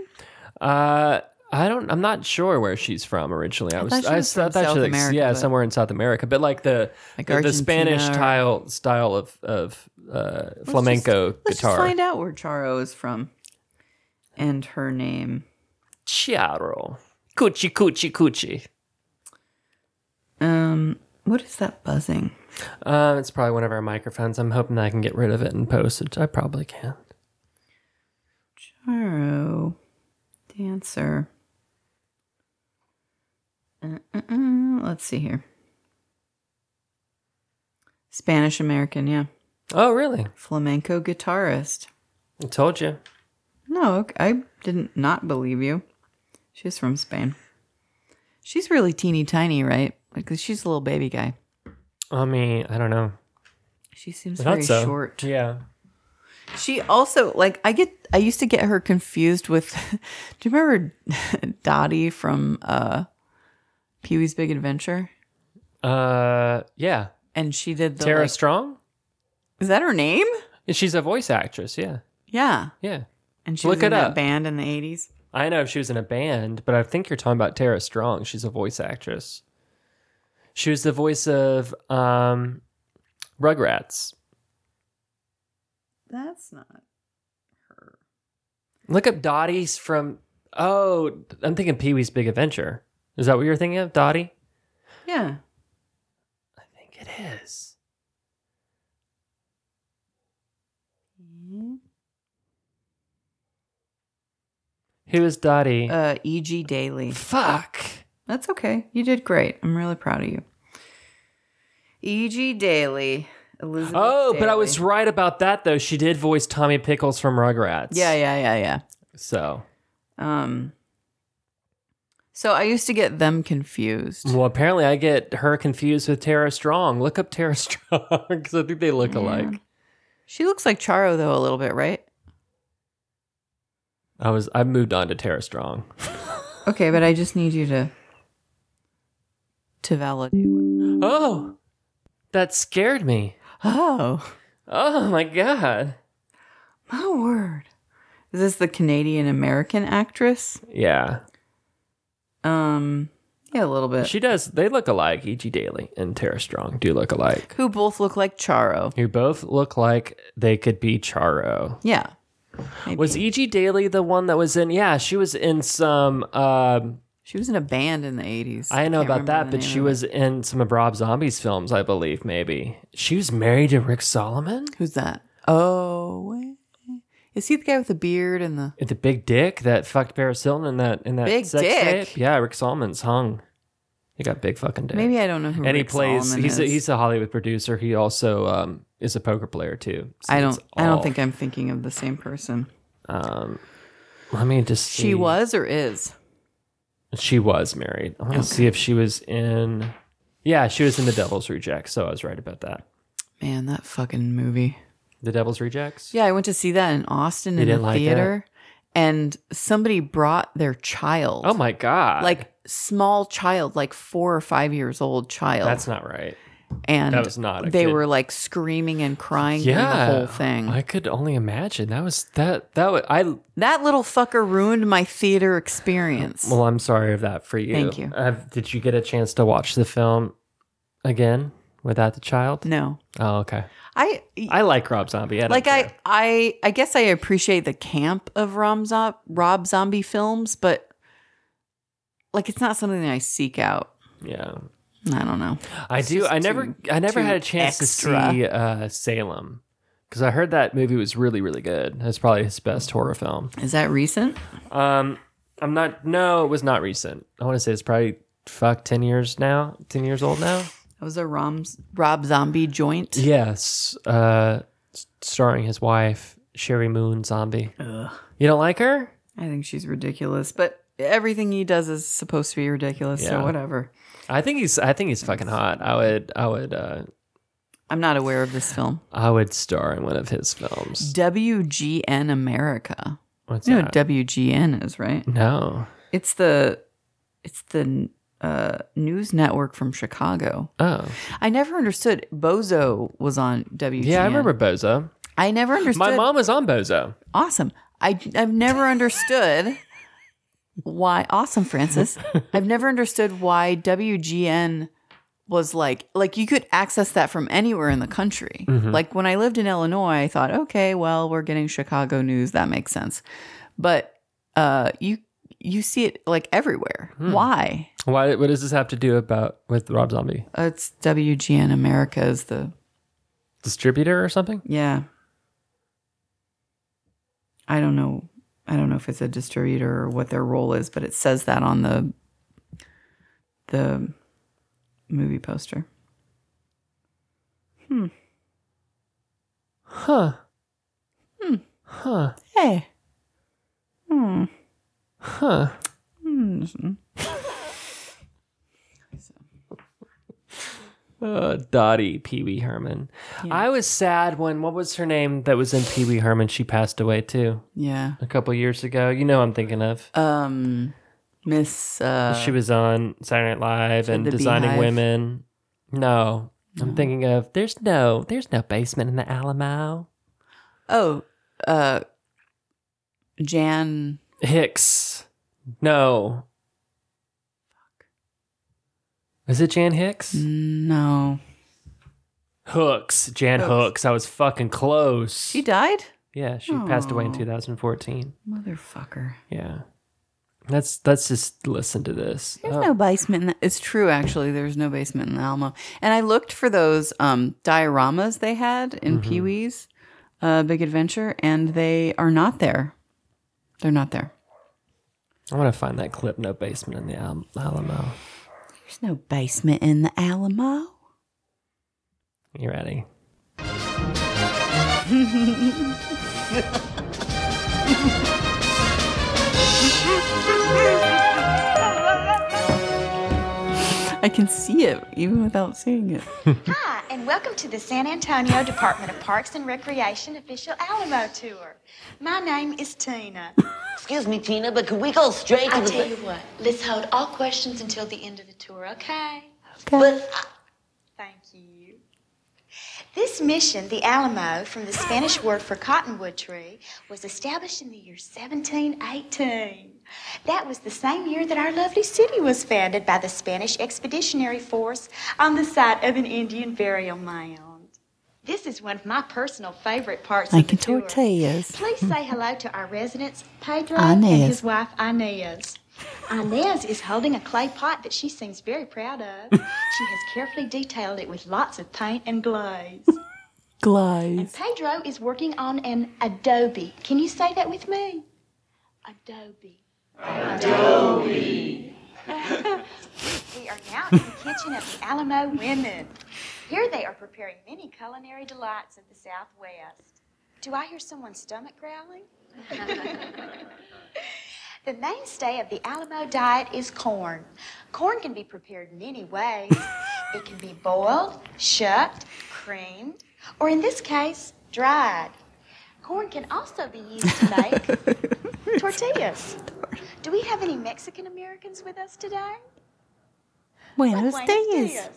[SPEAKER 2] Uh, I don't. I'm not sure where she's from originally. I was.
[SPEAKER 1] thought she
[SPEAKER 2] I
[SPEAKER 1] was
[SPEAKER 2] s-
[SPEAKER 1] from
[SPEAKER 2] I thought she
[SPEAKER 1] South
[SPEAKER 2] was,
[SPEAKER 1] America,
[SPEAKER 2] yeah,
[SPEAKER 1] but-
[SPEAKER 2] somewhere in South America. But like the
[SPEAKER 1] Like
[SPEAKER 2] the, the Spanish
[SPEAKER 1] Argentina or-
[SPEAKER 2] style style of of uh, flamenco
[SPEAKER 1] Let's
[SPEAKER 2] guitar.
[SPEAKER 1] just find out where Charo is from and her name.
[SPEAKER 2] Chiaro, coochie coochie coochie.
[SPEAKER 1] What is that buzzing?
[SPEAKER 2] Uh, it's probably one of our microphones. I'm hoping I can get rid of it and post it. I probably can.
[SPEAKER 1] Charo dancer. Uh-uh-uh. Let's see here. Spanish American, yeah.
[SPEAKER 2] Oh, really?
[SPEAKER 1] Flamenco guitarist.
[SPEAKER 2] I told you.
[SPEAKER 1] No, ok- I didn't not believe you. She's from Spain. She's really teeny tiny, right? Because she's a little baby guy.
[SPEAKER 2] I mean, I don't know.
[SPEAKER 1] She seems
[SPEAKER 2] I thought
[SPEAKER 1] very
[SPEAKER 2] so.
[SPEAKER 1] short.
[SPEAKER 2] Yeah.
[SPEAKER 1] She also like I get I used to get her confused with (laughs) do you remember (laughs) Dottie from uh Pee Wee's Big Adventure?
[SPEAKER 2] Uh, yeah.
[SPEAKER 1] And she did the
[SPEAKER 2] Tara
[SPEAKER 1] like-
[SPEAKER 2] Strong.
[SPEAKER 1] is that her name?
[SPEAKER 2] She's a voice actress. Yeah.
[SPEAKER 1] Yeah.
[SPEAKER 2] Yeah.
[SPEAKER 1] And she
[SPEAKER 2] Look
[SPEAKER 1] was in
[SPEAKER 2] it
[SPEAKER 1] that
[SPEAKER 2] up.
[SPEAKER 1] band in the eighties.
[SPEAKER 2] I know she was in a band, but I think you're talking about Tara Strong. She's a voice actress. She was the voice of um, Rugrats.
[SPEAKER 1] That's not her.
[SPEAKER 2] Look up Dottie's from. Oh, I'm thinking Pee Wee's Big Adventure. Is that what you're thinking of, Dottie?
[SPEAKER 1] Yeah.
[SPEAKER 2] I think it is. Who is Dottie?
[SPEAKER 1] Uh E. G. Daly.
[SPEAKER 2] Fuck.
[SPEAKER 1] That's okay. You did great. I'm really proud of you. E.G. Daly. Elizabeth.
[SPEAKER 2] Oh, but I
[SPEAKER 1] Daly.
[SPEAKER 2] was right about that though. She did voice Tommy Pickles from Rugrats.
[SPEAKER 1] Yeah, yeah, yeah, yeah.
[SPEAKER 2] So,
[SPEAKER 1] Um, so I used to get them confused.
[SPEAKER 2] well, apparently I get her confused with Tara Strong. Look up Tara (laughs) Strong because I think they look alike.
[SPEAKER 1] She looks like Charo though a little bit, right?
[SPEAKER 2] I was I moved on to Tara Strong.
[SPEAKER 1] Okay, but I just need you to to validate. what-
[SPEAKER 2] Oh, that scared me.
[SPEAKER 1] Oh,
[SPEAKER 2] Oh my god.
[SPEAKER 1] my word! Is this the Canadian American actress?
[SPEAKER 2] Yeah,
[SPEAKER 1] Um, yeah, a little bit.
[SPEAKER 2] she does. They look alike. E.G. Daly and Tara Strong do look alike.
[SPEAKER 1] who both look like Charo.
[SPEAKER 2] Who both look like they could be Charo.
[SPEAKER 1] Yeah. Maybe.
[SPEAKER 2] Was E.G. Daly the one that was in? Yeah, she was in some. Um,
[SPEAKER 1] she was in a band in the eighties?
[SPEAKER 2] I know about that, but she was in some of Rob Zombie's films, I believe. Maybe she was married to Rick Solomon.
[SPEAKER 1] Who's that? Oh, wait. is he the guy with the beard and the?
[SPEAKER 2] The big dick that fucked Paris Hilton in that in that
[SPEAKER 1] Big
[SPEAKER 2] sex
[SPEAKER 1] dick?
[SPEAKER 2] tape. Yeah, Rick Solomon's hung. He got big fucking dick.
[SPEAKER 1] Maybe I don't know who.
[SPEAKER 2] and he
[SPEAKER 1] Rick
[SPEAKER 2] plays.
[SPEAKER 1] Solomon
[SPEAKER 2] he's a,
[SPEAKER 1] is.
[SPEAKER 2] he's a Hollywood producer. He also um, is a poker player too. So
[SPEAKER 1] I
[SPEAKER 2] it's
[SPEAKER 1] don't. I don't
[SPEAKER 2] all-
[SPEAKER 1] think I'm thinking of the same person.
[SPEAKER 2] Um, let me just. See.
[SPEAKER 1] She was or is.
[SPEAKER 2] She was married. I want to see if she was in. Yeah, she was in The Devil's Rejects. So I was right about that.
[SPEAKER 1] Man, that fucking movie.
[SPEAKER 2] The Devil's Rejects.
[SPEAKER 1] Yeah, I went to see that in Austin in
[SPEAKER 2] didn't
[SPEAKER 1] the
[SPEAKER 2] like it?
[SPEAKER 1] theater, and somebody brought their child.
[SPEAKER 2] Oh my god.
[SPEAKER 1] Like small child, like four or five years old child,
[SPEAKER 2] that's not right.
[SPEAKER 1] and
[SPEAKER 2] that was not a
[SPEAKER 1] they
[SPEAKER 2] good-
[SPEAKER 1] were like screaming and crying through
[SPEAKER 2] Yeah,
[SPEAKER 1] the whole thing.
[SPEAKER 2] I could only imagine. That was that. That was I.
[SPEAKER 1] that little fucker ruined my theater experience.
[SPEAKER 2] Well, I'm sorry of that for you.
[SPEAKER 1] Thank you.
[SPEAKER 2] Uh, did you get a chance to watch the film again without the child?
[SPEAKER 1] no,
[SPEAKER 2] Oh, okay.
[SPEAKER 1] I
[SPEAKER 2] I like Rob Zombie. I don't
[SPEAKER 1] like
[SPEAKER 2] care.
[SPEAKER 1] I, I I guess I appreciate the camp of Rob, Zo- Rob Zombie films, but like it's not something that I seek out.
[SPEAKER 2] Yeah.
[SPEAKER 1] I don't know.
[SPEAKER 2] I do.
[SPEAKER 1] just
[SPEAKER 2] I never.
[SPEAKER 1] too-
[SPEAKER 2] I never
[SPEAKER 1] too
[SPEAKER 2] had a chance
[SPEAKER 1] extra.
[SPEAKER 2] to see uh, Salem because I heard that movie was really, really good. It's probably his best horror film.
[SPEAKER 1] Is that recent?
[SPEAKER 2] Um, I'm not. No, it was not recent. I want to say it's probably fuck ten years now. Ten years old now.
[SPEAKER 1] That was a Rom's, Rob Zombie joint.
[SPEAKER 2] Yes. Uh, s- starring his wife Sherry Moon Zombie. You don't like her?
[SPEAKER 1] I think she's ridiculous, but everything he does is supposed to be ridiculous, so
[SPEAKER 2] Yeah.
[SPEAKER 1] whatever.
[SPEAKER 2] I think he's. I think he's fucking hot. I would. I would. Uh,
[SPEAKER 1] I'm not aware of this film.
[SPEAKER 2] I would star in one of his films.
[SPEAKER 1] WGN America.
[SPEAKER 2] What's
[SPEAKER 1] You know
[SPEAKER 2] that?
[SPEAKER 1] what WGN is, right?
[SPEAKER 2] no.
[SPEAKER 1] It's the it's the uh, news network from Chicago.
[SPEAKER 2] Oh.
[SPEAKER 1] I never understood Bozo was on WGN.
[SPEAKER 2] Yeah, I remember Bozo.
[SPEAKER 1] I never understood.
[SPEAKER 2] My mom was on Bozo.
[SPEAKER 1] awesome. I, I've never understood why. Awesome, Francis. I've never understood why WGN was like like you could access that from anywhere in the country.
[SPEAKER 2] Mm-hmm.
[SPEAKER 1] Like when I lived in Illinois, I thought, okay, well, we're getting Chicago news. That makes sense. But uh, you you see it like everywhere.
[SPEAKER 2] Hmm.
[SPEAKER 1] Why?
[SPEAKER 2] Why? What does this have to do about with Rob Zombie
[SPEAKER 1] Oh, It's WGN America is the
[SPEAKER 2] distributor or something?
[SPEAKER 1] yeah. I don't know. I don't know if it's a distributor or what their role is, but it says that on the the movie poster.
[SPEAKER 2] Huh. Hmm. Huh.
[SPEAKER 1] Hey.
[SPEAKER 2] Huh. (laughs) Uh, Dottie Pee Wee Herman. I was sad when what was her name that was in Pee Wee Herman? She passed away too
[SPEAKER 1] Yeah.
[SPEAKER 2] a couple years ago. You know I'm thinking of.
[SPEAKER 1] Um Miss uh
[SPEAKER 2] she was on Saturday Night Live and
[SPEAKER 1] the
[SPEAKER 2] Designing
[SPEAKER 1] Beehive?
[SPEAKER 2] Women. No, I'm thinking of. There's no. There's no basement in the Alamo.
[SPEAKER 1] Oh, uh Jan
[SPEAKER 2] Hicks. No. Is it Jan Hicks?
[SPEAKER 1] Mm. no.
[SPEAKER 2] Hooks. Jan Hooks. I was fucking close.
[SPEAKER 1] She died?
[SPEAKER 2] yeah, she passed away in 2014.
[SPEAKER 1] Motherfucker.
[SPEAKER 2] Yeah. Let's let's just listen to this.
[SPEAKER 1] There's
[SPEAKER 2] Oh,
[SPEAKER 1] no basement. In the, it's true, actually. There's no basement in the Alamo. And I looked for those um, dioramas they had in Pee Wee's uh, Big Adventure, and they are not there. They're not there.
[SPEAKER 2] I want to find that clip. No basement in the Al- Alamo.
[SPEAKER 1] There's no basement in the Alamo.
[SPEAKER 2] You ready?
[SPEAKER 1] I can see it even without seeing it.
[SPEAKER 4] Hi, and welcome to the San Antonio Department of Parks and Recreation official Alamo Tour. My name is Tina.
[SPEAKER 5] Excuse me, Tina, but can we go straight to
[SPEAKER 4] I
[SPEAKER 5] the?
[SPEAKER 4] tell you what, let's hold all questions until the end of the tour, okay?
[SPEAKER 5] But uh, I-
[SPEAKER 4] Thank you. This mission, the Alamo, from the Spanish word for cottonwood tree, was established in the year 1718. That was the same year that our lovely city was founded by the Spanish Expeditionary Force on the site of an Indian burial mound. This is one of my personal favorite parts of the tour. Please say hello to our residents, Pedro and
[SPEAKER 1] Inez.
[SPEAKER 4] his wife Inez. Inez is holding a clay pot that she seems very proud of. she has carefully detailed it with lots of paint and glaze.
[SPEAKER 1] Glies.
[SPEAKER 4] Pedro is working on an adobe. Can you say that with me? Adobe. Adobe. we are now in the kitchen of the Alamo Women. Here they are preparing many culinary delights of the Southwest. Do I hear someone's stomach growling? The mainstay of the Alamo diet is corn. Corn can be prepared many ways. it can be boiled, shucked, creamed, or in this case, dried. Corn can also be used to make tortillas. Do we have any Mexican Americans with us today?
[SPEAKER 1] Buenos days.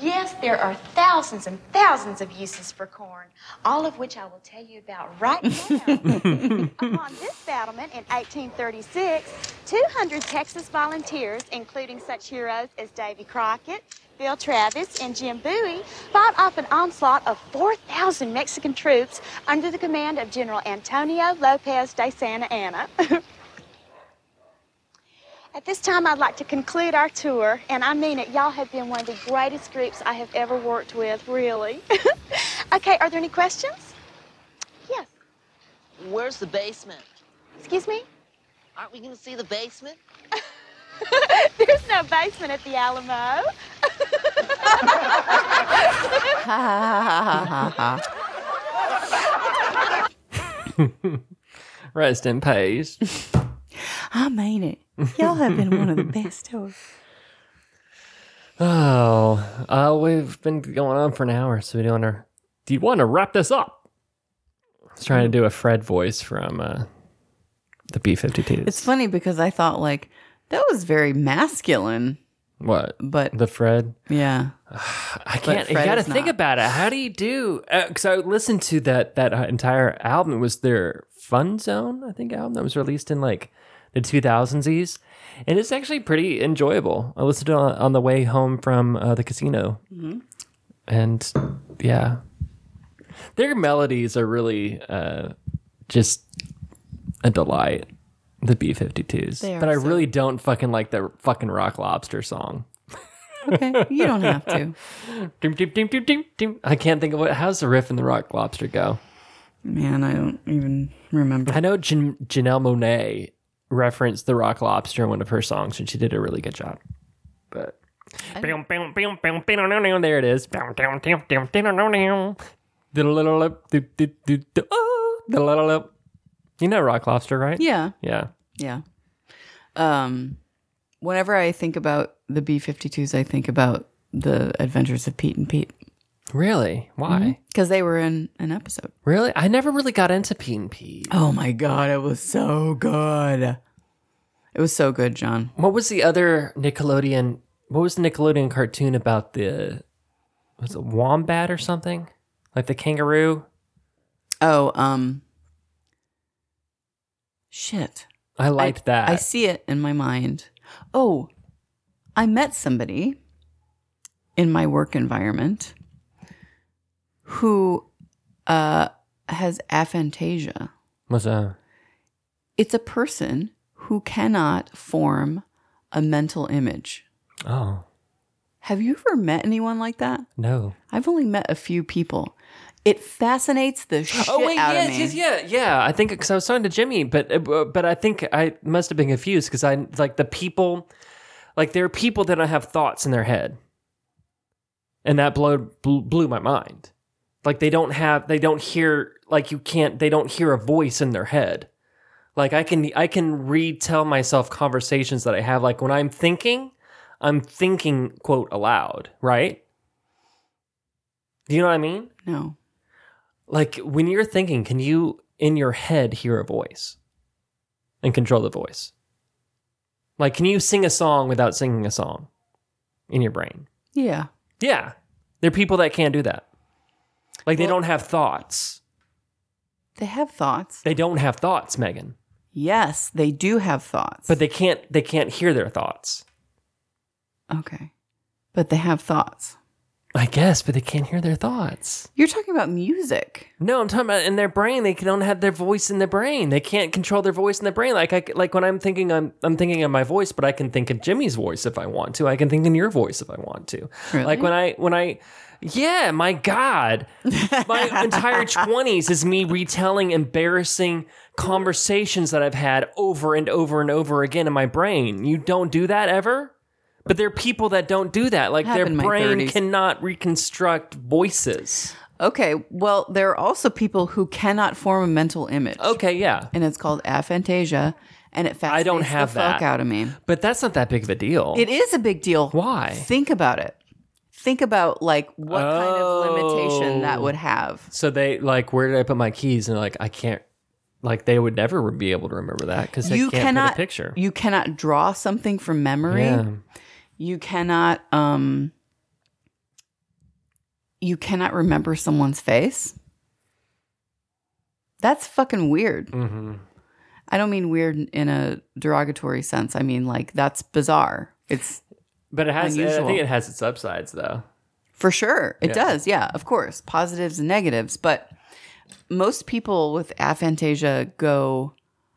[SPEAKER 4] Yes, there are thousands and thousands of uses for corn, all of which I will tell you about right now. Upon this battlement in 1836, 200 Texas volunteers, including such heroes as Davy Crockett, Bill Travis, and Jim Bowie, fought off an onslaught of 4,000 Mexican troops under the command of General Antonio Lopez de Santa Anna. (laughs) At this time, I'd like to conclude our tour, and I mean it. Y'all have been one of the greatest groups I have ever worked with, really. (laughs) okay, are there any questions? Yes.
[SPEAKER 5] where's the basement?
[SPEAKER 4] Excuse me?
[SPEAKER 5] Aren't we going to see the basement?
[SPEAKER 4] (laughs) There's no basement at the Alamo.
[SPEAKER 2] Rest in peace.
[SPEAKER 1] I mean it. Y'all have been one of (laughs) the best tours.
[SPEAKER 2] oh, uh, we've been going on for an hour, so we don't want to. Do you want to wrap this up? I was trying to do a Fred voice from uh, the B52s.
[SPEAKER 1] It's funny because I thought like that was very masculine,
[SPEAKER 2] what
[SPEAKER 1] but
[SPEAKER 2] the Fred?
[SPEAKER 1] yeah.
[SPEAKER 2] I can't. You
[SPEAKER 1] Fred
[SPEAKER 2] got to
[SPEAKER 1] is
[SPEAKER 2] think
[SPEAKER 1] not.
[SPEAKER 2] about it. How do you do? Because I listened to that that uh, entire album. It was their Fun Zone, I think, album that was released in like the 2000s, and it's actually pretty enjoyable. I listened to it on, on the way home from uh, the casino,
[SPEAKER 1] Mm-hmm.
[SPEAKER 2] and yeah, their melodies are really uh, just a delight. The B 52s.
[SPEAKER 1] They
[SPEAKER 2] But
[SPEAKER 1] are
[SPEAKER 2] I
[SPEAKER 1] so-
[SPEAKER 2] really don't fucking like the fucking Rock Lobster song.
[SPEAKER 1] Okay, you don't have to.
[SPEAKER 2] Doom, doom, doom, doom, doom, doom. I can't think of what. How's the riff in the Rock Lobster go?
[SPEAKER 6] Man, I don't even remember.
[SPEAKER 2] I know Jan- Janelle Monet referenced the Rock Lobster in one of her songs, and she did a really good job. But Bam, bam, bam, bam, bam, dum, dum, there it is. Bam, dum, dum, dum, dum, dum, dum, dum. Diddle-diddle-dip, dip, dip, dip, dip, oh, diddle-diddle-dip. You know Rock Lobster, right?
[SPEAKER 1] Yeah,
[SPEAKER 2] Yeah.
[SPEAKER 1] yeah. Um, whenever I think about the B 52s, I think about the adventures of Pete and Pete
[SPEAKER 2] Really? Why?
[SPEAKER 1] because they were in an episode.
[SPEAKER 2] Really? I never really got into P and P.
[SPEAKER 1] Oh my God, it was so good. It was so good, John.
[SPEAKER 2] What was the other Nickelodeon? What was the Nickelodeon cartoon about the was it wombat or something? Like the kangaroo?
[SPEAKER 1] Oh, um, shit.
[SPEAKER 2] I liked that.
[SPEAKER 1] I see it in my mind. Oh, I met somebody in my work environment who uh, has aphantasia.
[SPEAKER 2] What's that?
[SPEAKER 1] It's a person who cannot form a mental image.
[SPEAKER 2] Oh
[SPEAKER 1] Have you ever met anyone like that?
[SPEAKER 2] no!
[SPEAKER 1] I've only met a few people. It fascinates
[SPEAKER 2] (laughs)
[SPEAKER 1] the shit out
[SPEAKER 2] Oh, yes,
[SPEAKER 1] of me.
[SPEAKER 2] yes, yeah, yeah. I think because I was talking to Jimmy, but uh, but I think I must have been confused because I like the people, like there are people that don't have thoughts in their head, and that blew blew, blew my mind. Like they don't have, they don't hear, like you can't, they don't hear a voice in their head. Like I can, I can retell myself conversations that I have. Like when I'm thinking, I'm thinking quote aloud, right? Do you know what I mean?
[SPEAKER 1] No.
[SPEAKER 2] like when you're thinking can you in your head hear a voice and control the voice like can you sing a song without singing a song in your brain
[SPEAKER 1] Yeah.
[SPEAKER 2] yeah there are people that can't do that like they don't have thoughts
[SPEAKER 1] They have thoughts.
[SPEAKER 2] they don't have thoughts megan
[SPEAKER 1] Yes, they do have thoughts.
[SPEAKER 2] but they can't they can't hear their thoughts
[SPEAKER 1] Okay. But they have thoughts.
[SPEAKER 2] i guess but they can't hear their thoughts
[SPEAKER 1] You're talking about music.
[SPEAKER 2] No, I'm talking about in their brain. They don't have their voice in their brain. They can't control their voice in their brain. Like I, like when I'm thinking, I'm I'm thinking of my voice, but I can think of Jimmy's voice if I want to. I can think in your voice if I want to.
[SPEAKER 1] Really?
[SPEAKER 2] Like when I when I, yeah, my God,
[SPEAKER 1] (laughs)
[SPEAKER 2] my entire twenties is me retelling embarrassing conversations that I've had over and over and over again in my brain. You don't do that ever. But there are people that don't do that. Like their
[SPEAKER 1] Happened in my
[SPEAKER 2] brain
[SPEAKER 1] 30s.
[SPEAKER 2] cannot reconstruct voices.
[SPEAKER 1] Okay. Well, there are also people who cannot form a mental image.
[SPEAKER 2] Okay, yeah.
[SPEAKER 1] And it's called aphantasia. And it fascinates
[SPEAKER 2] I don't have
[SPEAKER 1] the fuck
[SPEAKER 2] that.
[SPEAKER 1] out of me.
[SPEAKER 2] But that's not that big of a deal.
[SPEAKER 1] It is a big deal.
[SPEAKER 2] Why?
[SPEAKER 1] Think about it. Think about like what kind of limitation that
[SPEAKER 2] Oh.
[SPEAKER 1] would have.
[SPEAKER 2] so they like, where did I put my keys? And like, I can't. Like they would never be able to remember that because they
[SPEAKER 1] you
[SPEAKER 2] can't
[SPEAKER 1] cannot
[SPEAKER 2] put a picture.
[SPEAKER 1] You cannot draw something from memory.
[SPEAKER 2] yeah,
[SPEAKER 1] You cannot um you cannot remember someone's face. That's fucking weird.
[SPEAKER 2] hmm
[SPEAKER 1] I don't mean weird in a derogatory sense. I mean like that's bizarre.
[SPEAKER 2] (laughs)
[SPEAKER 1] It's
[SPEAKER 2] but it has. I
[SPEAKER 1] Unusual.
[SPEAKER 2] think it has its upsides though.
[SPEAKER 1] for sure. It
[SPEAKER 2] Yeah.
[SPEAKER 1] does. Yeah, of course. Positives and negatives, but most people with aphantasia go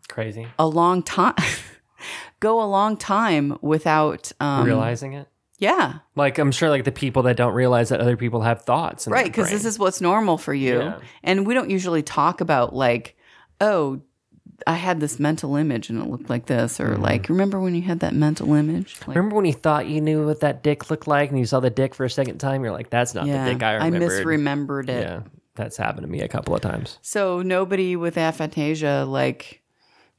[SPEAKER 2] Crazy
[SPEAKER 1] a long time (laughs) go a long time without um
[SPEAKER 2] realizing it.
[SPEAKER 1] yeah
[SPEAKER 2] Like I'm sure, like the people that don't realize that other people have thoughts. in their
[SPEAKER 1] right because this
[SPEAKER 2] brain.
[SPEAKER 1] is what's normal for you
[SPEAKER 2] Yeah.
[SPEAKER 1] and we don't usually talk about like oh i had this mental image and it looked like this or like remember when you had that mental image like,
[SPEAKER 2] Mm-hmm. Remember when you thought you knew what that dick looked like, and you saw the dick for a second time? You're like, "That's not the dick I
[SPEAKER 1] I
[SPEAKER 2] remembered."
[SPEAKER 1] misremembered it
[SPEAKER 2] Yeah, that's happened to me a couple of times.
[SPEAKER 1] so nobody with aphantasia like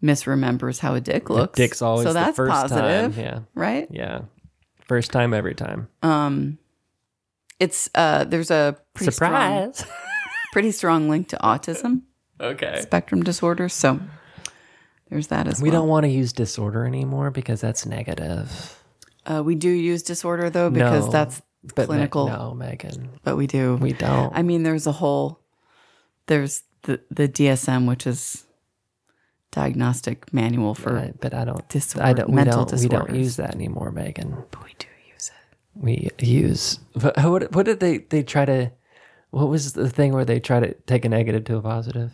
[SPEAKER 1] misremembers how a dick looks
[SPEAKER 2] Dick's always
[SPEAKER 1] so
[SPEAKER 2] the
[SPEAKER 1] that's
[SPEAKER 2] first
[SPEAKER 1] positive
[SPEAKER 2] time. Yeah,
[SPEAKER 1] right
[SPEAKER 2] yeah, first time every time.
[SPEAKER 1] um it's uh there's a pretty strong,
[SPEAKER 2] Surprise.
[SPEAKER 1] (laughs) pretty strong link to autism
[SPEAKER 2] Okay.
[SPEAKER 1] spectrum disorders so there's that as
[SPEAKER 2] We
[SPEAKER 1] well.
[SPEAKER 2] don't want to use disorder anymore because that's negative.
[SPEAKER 1] Uh, we do use disorder though because
[SPEAKER 2] No,
[SPEAKER 1] that's
[SPEAKER 2] But Me-
[SPEAKER 1] clinical,
[SPEAKER 2] no, Megan.
[SPEAKER 1] but we do.
[SPEAKER 2] We don't.
[SPEAKER 1] I mean, there's a whole there's the the DSM, which is diagnostic manual for.
[SPEAKER 2] I- but I don't.
[SPEAKER 1] Disorder-
[SPEAKER 2] I don't. We
[SPEAKER 1] mental
[SPEAKER 2] don't. We don't
[SPEAKER 1] disorders.
[SPEAKER 2] use that anymore, Megan.
[SPEAKER 1] We do use it.
[SPEAKER 2] We use. But how- what? What did they? They try to. What was the thing where they try to take a negative to a positive?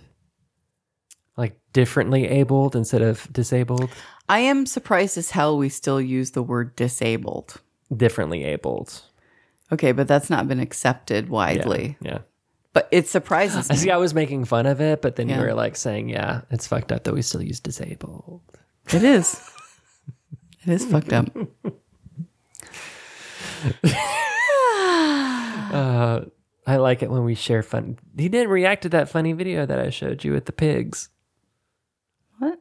[SPEAKER 2] like differently abled instead of disabled?
[SPEAKER 1] I am surprised as hell we still use the word disabled.
[SPEAKER 2] Differently abled.
[SPEAKER 1] Okay, but that's not been accepted
[SPEAKER 2] Yeah.
[SPEAKER 1] widely.
[SPEAKER 2] Yeah.
[SPEAKER 1] But it surprises
[SPEAKER 2] I
[SPEAKER 1] me.
[SPEAKER 2] (laughs) see. I was making fun of it, but then
[SPEAKER 1] Yeah.
[SPEAKER 2] you were like saying, "Yeah, it's fucked up that we still use disabled."
[SPEAKER 1] It is. It is fucked up.
[SPEAKER 2] I like it when we share fun. He didn't react to that funny video that I showed you with the pigs.
[SPEAKER 1] What?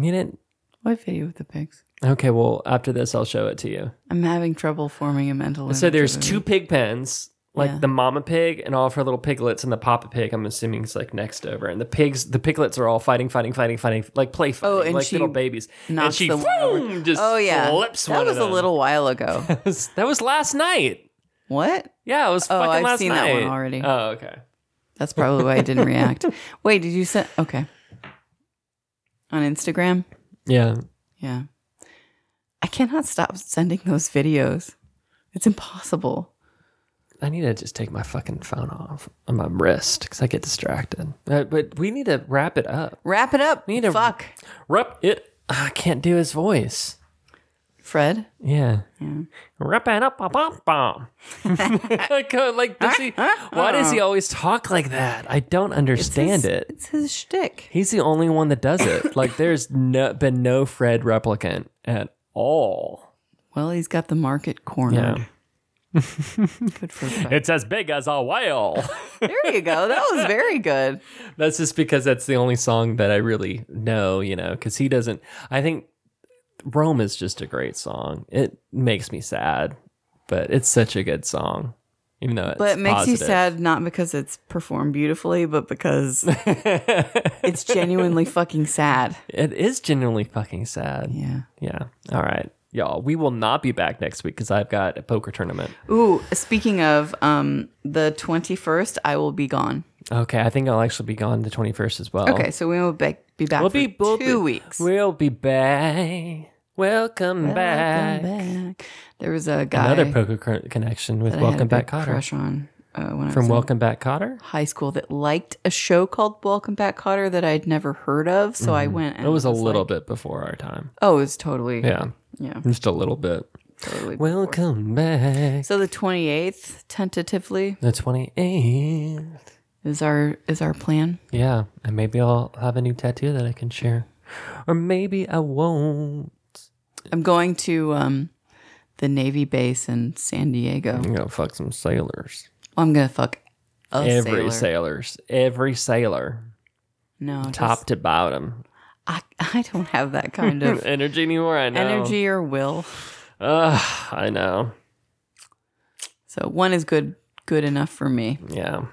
[SPEAKER 2] He didn't.
[SPEAKER 1] What video with the pigs?
[SPEAKER 2] Okay, well, after this, I'll show it to you.
[SPEAKER 1] I'm having trouble forming a mental.
[SPEAKER 2] So
[SPEAKER 1] image
[SPEAKER 2] there's
[SPEAKER 1] of it.
[SPEAKER 2] two pig pens, like
[SPEAKER 1] Yeah.
[SPEAKER 2] the mama pig and all of her little piglets, and the papa pig. I'm assuming is like next over, and the pigs, the piglets are all fighting, fighting, fighting, fighting, like play fighting,
[SPEAKER 1] Oh, and
[SPEAKER 2] like
[SPEAKER 1] she
[SPEAKER 2] little babies. And
[SPEAKER 1] knocks
[SPEAKER 2] she
[SPEAKER 1] the one over.
[SPEAKER 2] vroom, just
[SPEAKER 1] Oh yeah,
[SPEAKER 2] flips
[SPEAKER 1] that
[SPEAKER 2] one of
[SPEAKER 1] was a
[SPEAKER 2] them.
[SPEAKER 1] little while ago.
[SPEAKER 2] (laughs) that was last night.
[SPEAKER 1] what?
[SPEAKER 2] Yeah, it was
[SPEAKER 1] Oh,
[SPEAKER 2] fucking
[SPEAKER 1] I've
[SPEAKER 2] last
[SPEAKER 1] seen
[SPEAKER 2] night.
[SPEAKER 1] that one already.
[SPEAKER 2] Oh, okay.
[SPEAKER 1] That's probably why I didn't react. Wait, did you send? Okay. On Instagram,
[SPEAKER 2] Yeah.
[SPEAKER 1] yeah. I cannot stop sending those videos. It's impossible.
[SPEAKER 2] I need to just take my fucking phone off on my wrist because I get distracted. Uh, but we need to wrap it up.
[SPEAKER 1] Wrap it up.
[SPEAKER 2] need to-
[SPEAKER 1] Fuck,
[SPEAKER 2] Wrap it. I can't do his voice.
[SPEAKER 1] Fred.
[SPEAKER 2] Yeah. Wrap it up, up, up, bomb. (laughs) like, does he, why does he always talk like that? I don't
[SPEAKER 1] It's-
[SPEAKER 2] understand it.
[SPEAKER 1] It's his shtick.
[SPEAKER 2] He's the only one that does it. Like, there's no, been no Fred replicant at all.
[SPEAKER 1] Well, he's got the market cornered. (laughs) Good for Fred.
[SPEAKER 2] It's as big as a whale.
[SPEAKER 1] There you go. That was very good.
[SPEAKER 2] That's just because that's the only song that I really know, you know, because he doesn't. I think Rome is just a great song. It makes me sad, but it's such a good song, even though it's
[SPEAKER 1] But it makes you
[SPEAKER 2] positive.
[SPEAKER 1] sad not because it's performed beautifully, but because it's genuinely (laughs) fucking sad.
[SPEAKER 2] (laughs) It is genuinely fucking sad.
[SPEAKER 1] Yeah.
[SPEAKER 2] Yeah. All right, y'all. We will not be back next week because I've got a poker tournament.
[SPEAKER 1] Ooh, speaking of um the 21st, I will be gone.
[SPEAKER 2] Okay, I think I'll actually be gone the twenty first as well.
[SPEAKER 1] Okay, so we will be, be back
[SPEAKER 2] we'll
[SPEAKER 1] for
[SPEAKER 2] be
[SPEAKER 1] 2
[SPEAKER 2] we'll be-
[SPEAKER 1] weeks.
[SPEAKER 2] We'll be back. Welcome, back.
[SPEAKER 1] Welcome back. There was a guy
[SPEAKER 2] Another poker co- connection with
[SPEAKER 1] that I had a
[SPEAKER 2] Welcome Back
[SPEAKER 1] big
[SPEAKER 2] Cotter.
[SPEAKER 1] crush on uh, when I was
[SPEAKER 2] From
[SPEAKER 1] in
[SPEAKER 2] Welcome Back Cotter?
[SPEAKER 1] high school that liked a show called Welcome Back Cotter that I'd never heard of, so I went and
[SPEAKER 2] It Mm-hmm. was a little
[SPEAKER 1] like-
[SPEAKER 2] bit before our time.
[SPEAKER 1] Oh, it was totally
[SPEAKER 2] Yeah.
[SPEAKER 1] Yeah.
[SPEAKER 2] Just a little bit.
[SPEAKER 1] Totally.
[SPEAKER 2] Welcome back.
[SPEAKER 1] So the 28th tentatively
[SPEAKER 2] The 28th.
[SPEAKER 1] is our is our plan.
[SPEAKER 2] Yeah. And maybe I'll have a new tattoo that I can share. Or maybe I won't.
[SPEAKER 1] I'm going to um the Navy base in San Diego.
[SPEAKER 2] I'm going to fuck some sailors.
[SPEAKER 1] I'm gonna fuck a sailor.
[SPEAKER 2] Every sailors. Every sailor.
[SPEAKER 1] no just-
[SPEAKER 2] Top to
[SPEAKER 1] (laughs)
[SPEAKER 2] bottom.
[SPEAKER 1] I I don't have that kind
[SPEAKER 2] (laughs)
[SPEAKER 1] of
[SPEAKER 2] Energy anymore, I know.
[SPEAKER 1] energy or will.
[SPEAKER 2] Ugh, I know.
[SPEAKER 1] So one is good good enough for me.
[SPEAKER 2] Yeah.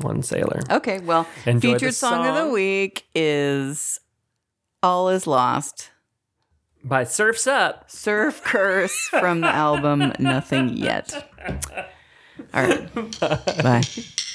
[SPEAKER 2] One sailor.
[SPEAKER 1] Okay, well,
[SPEAKER 2] Enjoy the
[SPEAKER 1] featured song. of the
[SPEAKER 2] song.
[SPEAKER 1] week is "All Is Lost."
[SPEAKER 2] By Surf's Up.
[SPEAKER 1] Surf Curse from the album Nothing Yet. All right. Bye.